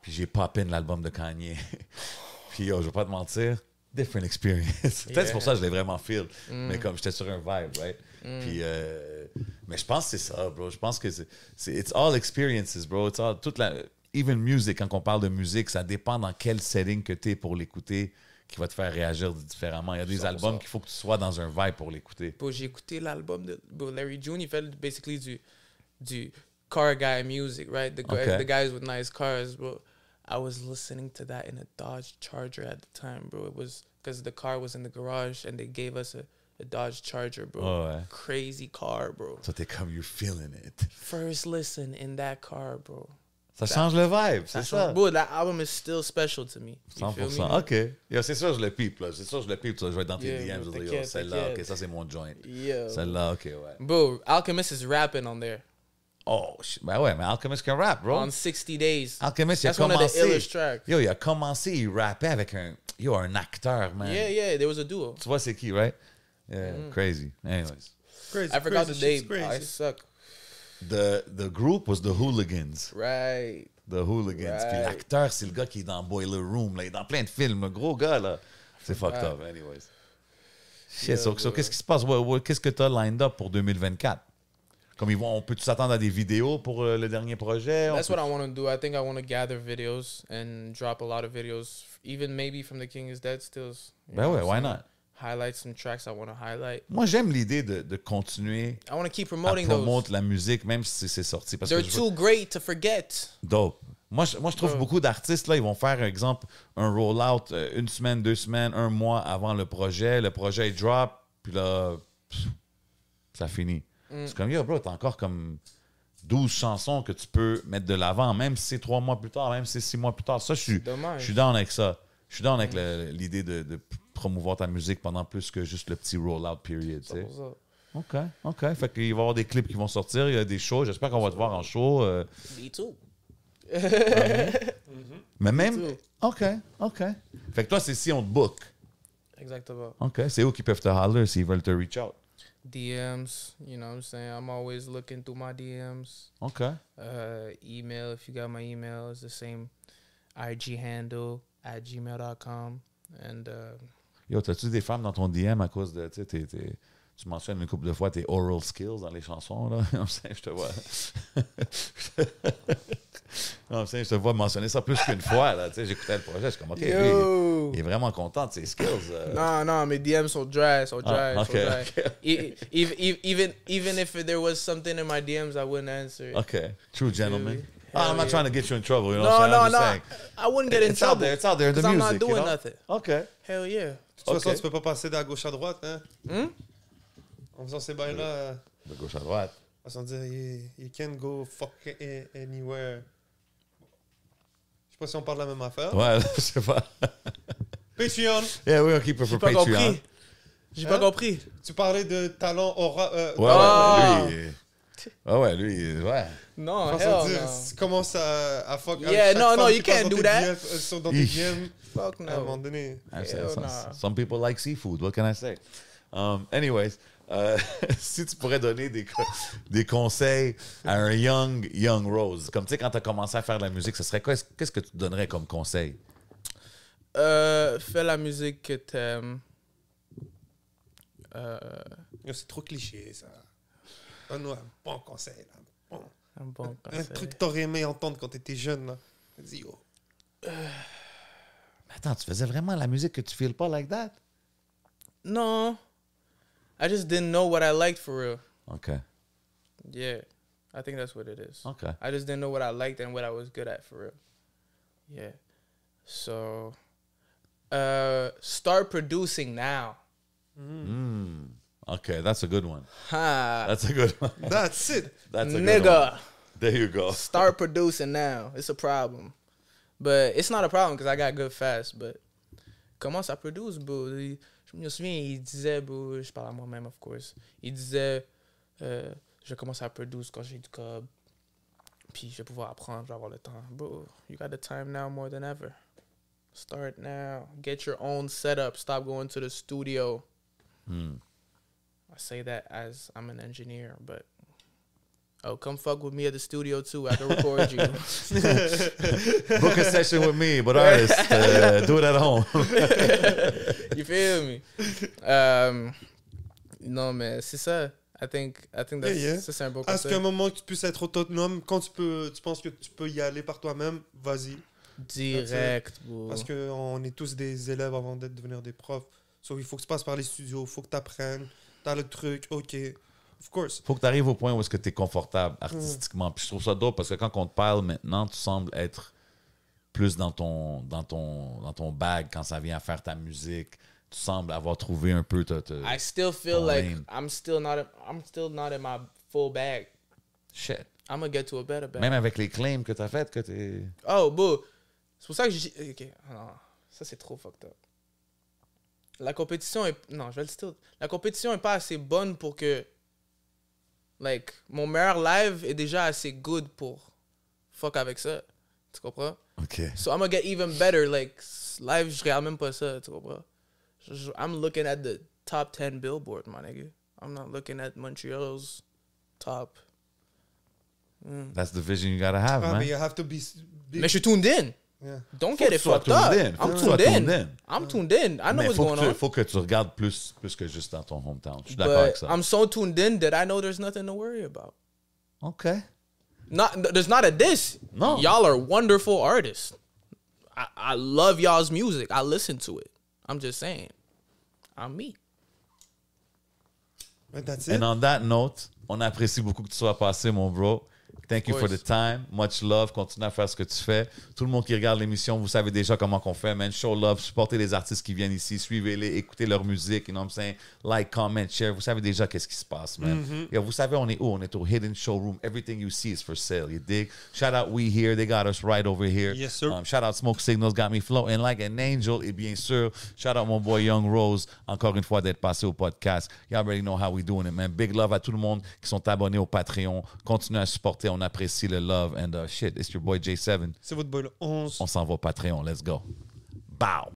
Puis j'ai pop in l'album de Kanye. Puis yo, je vais pas te mentir, different experience. Peut-être c'est pour ça que je l'ai vraiment feel. Mais comme j'étais sur un vibe, right? Puis euh, mais je pense que c'est ça, bro. Je pense que c'est c'est- it's all experiences, bro. It's all toute la even music. Quand on parle de musique, ça dépend dans quel setting que t'es pour l'écouter qui va te faire réagir différemment. Il y a des albums qu'il faut que tu sois dans un vibe pour l'écouter.
Bro, j'ai écouté l'album de bro, Larry June. Il fait basically du, du car guy music, right? The, guy,
Okay.
the guys with nice cars, bro. I was listening to that in a Dodge Charger at the time, bro. It was because the car was in the garage and they gave us a, a Dodge Charger, bro.
Oh, yeah.
Crazy car, bro.
So t'es comme, you're feeling it.
First listen in that car, bro.
Ça change le vibe, c'est
That's
ça.
what- bro, that album is still special to me. You feel me?
100%. OK. Yo, c'est sûr, je le pipe, là. C'est sûr, je le pipe. ça. Je vais dans tes
Yeah,
DMs. Je
bro,
vais dire, yo,
t'inquiète,
celle-là, OK,
t'inquiète.
ça, c'est mon joint.
Yeah.
Celle-là, OK, ouais.
Bro, Alchemist is rapping on there
Oh, shit. Ben ouais, mais Alchemist can rap, bro.
on 60 Days.
Alchemist, il a
That's one of the
commencé.
illest tracks.
Yo, il a commencé, il rappait avec un... Yo, un acteur, man.
Yeah, Mm. yeah, there was a duo.
Tu vois, c'est qui, right? Yeah, crazy. Anyways.
Crazy,
I forgot
crazy,
the name.
shit's
I
Crazy.
suck.
The, the group was The Hooligans.
Right.
The Hooligans. Puis
Right.
l'acteur, c'est le gars qui est dans Boiler Room, là. Il est dans plein de films. le Gros gars, là. C'est fucked
Ouais.
up, anyways. uh, Shit, so- so qu'est-ce qui se passe? What- what- Qu'est-ce que tu as lined up pour 2024? Comme ils vont, on peut-tu s'attendre à des vidéos pour euh, le dernier projet? On
That's
peut-
what I want to do. I think I want to gather videos and drop a lot of videos, even maybe from the King is Dead stills. you
Ben
know
ouais,
what
why
I'm
not?
saying? Highlight some tracks I want to highlight.
Moi, j'aime l'idée de, de continuer
I want to keep
à
promoting those.
promouvoir la musique, même si c'est sorti. Parce
They're
que je veux-
too great to forget.
Dope. Moi, je, moi, je trouve beaucoup d'artistes, là, ils vont faire, par exemple, un roll-out euh, une semaine, deux semaines, un mois avant le projet. Le projet, il drop, puis là, pff, ça finit. C'est comme, yo, bro, t'as encore comme 12 chansons que tu peux mettre de l'avant, même si c'est trois mois plus tard, même si c'est six mois plus tard. Ça, je suis,
Dommage.
je suis down avec ça. Je suis down avec le- l'idée de, de promouvoir ta musique pendant plus que juste le petit roll-out period, tu sais.
What's up?
OK, OK. Fait qu'il va y avoir des clips qui vont sortir, il y a des shows. J'espère qu'on va te voir en show. euh,
Me too.
Mais même.
too.
OK, OK. Fait que toi, c'est si on te book.
Exactement.
OK. C'est eux qui peuvent te holler s'ils veulent te reach out.
DMs, you know what I'm saying? I'm always looking through my DMs.
OK.
Uh, email, if you got my email, it's the same IG handle at gmail.com. And uh,
Yo, t'as-tu des femmes dans ton DM à cause de. Tu sais, t'es- t'es- tu mentionnes une couple de fois tes oral skills dans les chansons, là. Non, c'est- je te vois. non, c'est- je te vois mentionner ça plus qu'une fois, là. Tu sais, j'écoutais le projet, je suis comme, OK, lui,
Yo.
il est vraiment content de ses skills. euh.
No, no, my DMs are dry, so dry,
Ah, okay,
so dry. E- e- e- even even if there was something in my DMs, I wouldn't answer. it.
OK. True gentleman.
Hell
Ah, I'm not
yeah.
trying to get you in trouble, you know
No,
what I'm saying?
no,
I'm
no.
just
I
saying.
I wouldn't get in
It's out
trouble.
there, it's out there in the
'cause I'm
music.
not
you
doing
know?
nothing.
OK.
Hell yeah.
De toute façon,
Ok.
tu peux pas passer de la gauche à droite, hein?
Hmm?
En faisant ces bails-là, euh,
De gauche à droite.
on s'en dire, you, you can go fuck a- anywhere. Je sais pas si on parle la même affaire.
Ouais, je sais pas.
Patreon,
Yeah, we're gonna keep it for
J'ai pas
Patreon.
compris. J'ai pas
Hein?
compris.
tu parlais de talent aura. euh,
Ouais,
Ah!
ouais, lui. il- Ouais, ouais, lui, il- ouais.
No,
On
hell
s'en dire,
no.
si tu commences à, à fuck. avec
Yeah,
chaque
no,
femme
no,
qui
you
passe
can't
dans
do
tes
that. Oh.
DMs, euh, sont dans tes
Ich.
DM,
Fuck
à un moment
no.
donné.
I'm
Hell
saying, some,
nah.
some people like seafood. What can I say? Um, anyways, euh, si tu pourrais donner des, co- des conseils à un young, young Rose, comme tu sais, quand tu as commencé à faire de la musique, ce serait quoi? Qu'est-ce que tu donnerais comme conseil?
Euh, fais la musique que t'aimes. euh,
Yo, C'est trop cliché, ça. Donne-nous un bon conseil. là. Bon.
un bon
Un
conseil.
truc que t'aurais aimé entendre quand t'étais jeune. là. Vas-y, yo.
Mais attends, tu faisais vraiment la musique que tu files pas like that?
No, I just didn't know what I liked for real.
OK.
Yeah, I think that's what it is.
OK.
I just didn't know what I liked and what I was good at for real. Yeah. So, uh, start producing now.
Hmm. OK, that's a good one.
Ha,
That's a good one.
That's it.
That's a good one.
nigga,
There you go.
start producing now. It's a problem, but it's not a problem because I got good fast. But commence à produire, bro. Il- Je me souviens, il disait, bro, je parle à moi-même, of course. Il disait, euh, je commence à produire quand j'ai du cob. Puis je vais pouvoir apprendre, je vais avoir le temps. Bro, you got the time now more than ever. Start now. Get your own setup. Stop going to the studio.
Hmm.
I say that as I'm an engineer, but oh, come fuck with me at the studio too. I can record you.
Book a session with me, but artist, uh, do it at home.
you feel me? Um, non, mais c'est ça. I think, I think that's,
Yeah, yeah.
ça, c'est un beau
À ce
conseil.
qu'à un moment que tu puisses être autonome, quand tu, peux, tu penses que tu peux y aller par toi-même, vas-y.
Direct, bro.
Parce qu'on est tous des élèves avant d'être devenir des profs. So, il faut que tu passes par les studios, il faut que tu apprennes. T'as le truc, ok. Of course.
Faut que tu arrives au point où est-ce que tu es confortable artistiquement. Puis je trouve ça drôle parce que quand on te parle maintenant, tu sembles être plus dans ton, dans ton, dans ton bag quand ça vient à faire ta musique. Tu sembles avoir trouvé un peu. ta- ta-
I still feel
Ton
like
lane.
I'm still not, I'm still not in my full bag.
Shit.
I'm gonna get to a better bag.
Même avec les claims que tu as faites, que tu
Oh, bro. C'est pour ça que j'ai. Ok, non. Ça, c'est trop fucked up. La compétition est. Non, je vais le still. La compétition est pas assez bonne pour que. Like, mon meilleur live est déjà assez good pour fuck avec ça. Tu comprends?
OK.
So I'm gonna get even better. Like, s- live, je regarde même pas ça. Tu comprends? Je- je- I'm looking at the top 10 billboard, my nigga. I'm not looking at Montreal's top.
That's the vision you gotta have,
Ah,
man.
mais you have to be. be-
Mais je suis tuned in.
Yeah.
Don't
Faut
get
que tu
it
sois
fucked up.
tuned in. Faut
I'm
que tu sois
tuned in.
tuned in.
I'm tuned in. I know
Mais
what's
faut que,
going
tu,
on.
faut que tu regardes plus, plus que juste dans ton hometown. Je suis d'accord avec
But
ça.
I'm so tuned in that I know there's nothing to worry about.
OK.
Not th- there's not a diss.
No.
y'all are wonderful artists. I, I love y'all's music. I listen to it. I'm just saying, I'm me.
Mais that's it.
And on that note, on apprécie beaucoup que tu sois passé, mon bro. Thank you
Of
for
course.
the time. Much love. Continue à faire ce que tu fais. Tout le monde qui regarde l'émission, vous savez déjà comment qu'on fait, man. Show love. Supportez les artistes qui viennent ici. Suivez-les. Écoutez leur musique. You know what I'm saying? Like, comment, share. Vous savez déjà qu'est-ce qui se passe, man.
Mm-hmm.
Yeah, vous savez, on est où? On est au Hidden Showroom. Everything you see is for sale. You dig? Shout out We Here. They got us right over here.
Yes, sir.
Um, shout out Smoke Signals. Got me floating like an angel. Et bien sûr, shout out mon boy Young Rose. Encore une fois, d'être passé au podcast. You already know how we doing it, man. Big love à tout le monde qui sont abonnés au Patreon. Continuez à supporter. On apprécie le love. And uh, shit, it's your boy J7.
C'est votre boy le 11.
On s'en va au Patreon. Let's go. Bow.